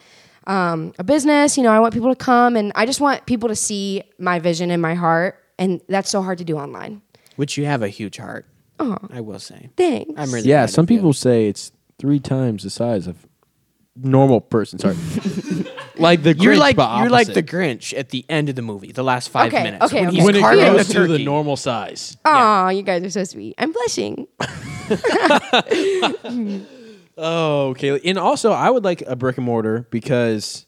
S3: um, a business. You know, I want people to come, and I just want people to see my vision in my heart, and that's so hard to do online.
S1: Which you have a huge heart.
S3: Uh-huh.
S1: I will say.
S3: Thanks.
S1: I'm really
S2: yeah.
S1: proud
S2: Some
S1: of you.
S2: people say it's three times the size of normal person. Sorry. like the
S1: You're
S2: Grinch,
S1: like
S2: but
S1: you're like the
S2: opposite.
S1: Grinch at the end of the movie, the last five
S3: Okay,
S1: minutes.
S3: okay,
S1: when
S3: okay.
S1: he's
S2: when it
S1: carving
S2: grows
S1: the
S2: to the
S1: turkey.
S2: normal size.
S3: Aw, you guys are so sweet. I'm blushing.
S2: Oh, okay. And also, I would like a brick and mortar because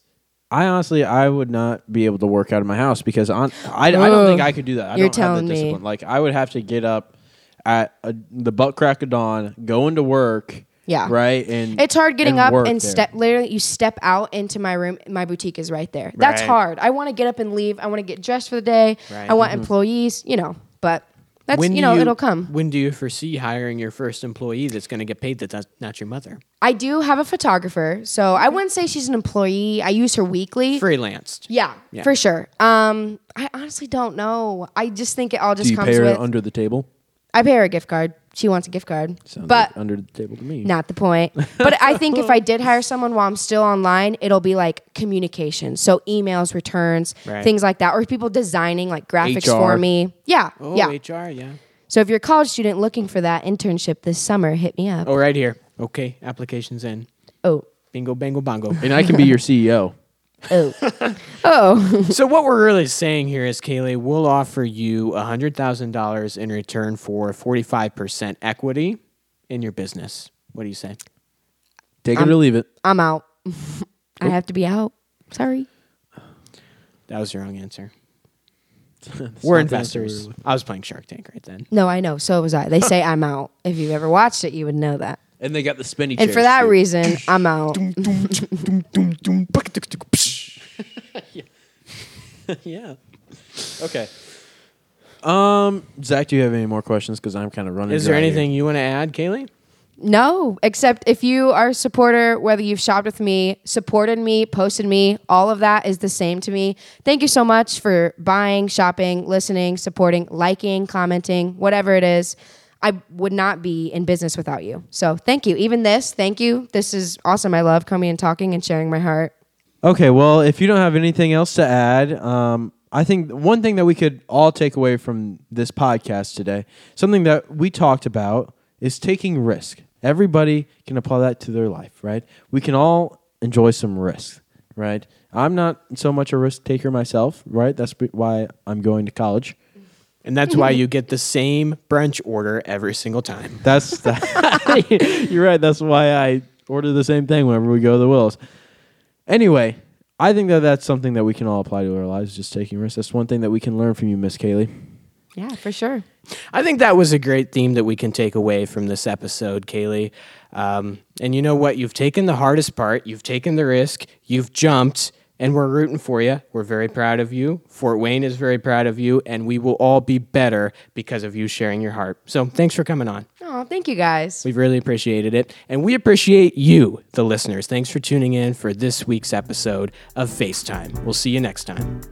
S2: I honestly I would not be able to work out of my house because on I, I don't
S3: Ugh.
S2: think I could do that. I
S3: You're
S2: don't have
S3: telling
S2: the
S3: me.
S2: discipline. Like I would have to get up at uh the butt crack of dawn, go into work.
S3: Yeah.
S2: Right. And
S3: It's hard getting
S2: and
S3: up
S2: work
S3: and
S2: there.
S3: step. Literally, you step out into my room. My boutique is right there. That's
S1: Right.
S3: hard. I want to get up and leave. I want to get dressed for the day.
S1: Right.
S3: I want employees. You know, but that's you know
S1: do
S3: it'll come.
S1: When do you foresee hiring your first employee that's going to get paid? That's not your mother.
S3: I do have a photographer, so I wouldn't say she's an employee. I use her weekly.
S1: Freelanced.
S3: yeah,
S1: Yeah.
S3: for sure. Um, I honestly don't know. I just think it all just
S2: Do you
S3: comes
S2: pay her
S3: with.
S2: under the table?
S3: I pay her a gift card. She wants a gift card,
S2: Sounds
S3: but
S2: like under the table to me.
S3: Not the point. But I think if I did hire someone while I'm still online, it'll be like communication. So emails, returns,
S1: Right.
S3: things like that. Or people designing like graphics
S2: HR.
S3: for me. Yeah.
S1: Oh,
S3: yeah.
S1: HR. Yeah.
S3: so if you're a college student looking for that internship this summer, hit me up.
S1: Oh, right here. Okay, applications in.
S3: Oh,
S1: Bingo, bango, bongo.
S2: And I can be your E CEO.
S3: oh, oh.
S1: so what we're really saying here is, Kaylee, we'll offer you hundred thousand dollars in return for forty-five percent equity in your business. What do you say?
S2: Take it or leave it.
S3: I'm out. I have to be out. Sorry.
S1: That was your wrong answer. we're
S2: not the answer we
S1: investors. I was playing Shark Tank right then.
S3: No, I know. So was I. They say I'm out. If you've ever watched it, you would know that.
S2: And they got the spinny
S3: And for that reason, I'm out.
S1: yeah.
S2: Okay. Um, Zach, do you have any more questions? Because I'm kind of running.
S1: Is there
S2: dry here.
S1: anything you want to add, Kaylee?
S3: No, except if you are a supporter, whether you've shopped with me, supported me, posted me, all of that is the same to me. Thank you so much for buying, shopping, listening, supporting, liking, commenting, whatever it is. I would not be in business without you. So thank you. Even this, thank you. This is awesome. I love coming and talking and sharing my heart.
S2: Okay, well, if you don't have anything else to add, um, I think one thing that we could all take away from this podcast today, something that we talked about, is taking risk. Everybody can apply that to their life, right? We can all enjoy some risk, right? I'm not so much a risk taker myself, right? That's be- why I'm going to college.
S1: And that's why you get the same brunch order every single time.
S2: That's the, you're right. That's why I order the same thing whenever we go to the Wills. Anyway, I think that that's something that we can all apply to our lives, just taking risks. That's one thing that we can learn from you, Miss Kaylee.
S3: Yeah, for sure.
S1: I think that was a great theme that we can take away from this episode, Kaylee. Um, and you know what? You've taken the hardest part. You've taken the risk. You've jumped, and we're rooting for you. We're very proud of you. Fort Wayne is very proud of you, and we will all be better because of you sharing your heart. So thanks for coming on.
S3: Oh, thank you guys.
S1: We've really appreciated it. And we appreciate you, the listeners. Thanks for tuning in for this week's episode of FaceTime. We'll see you next time.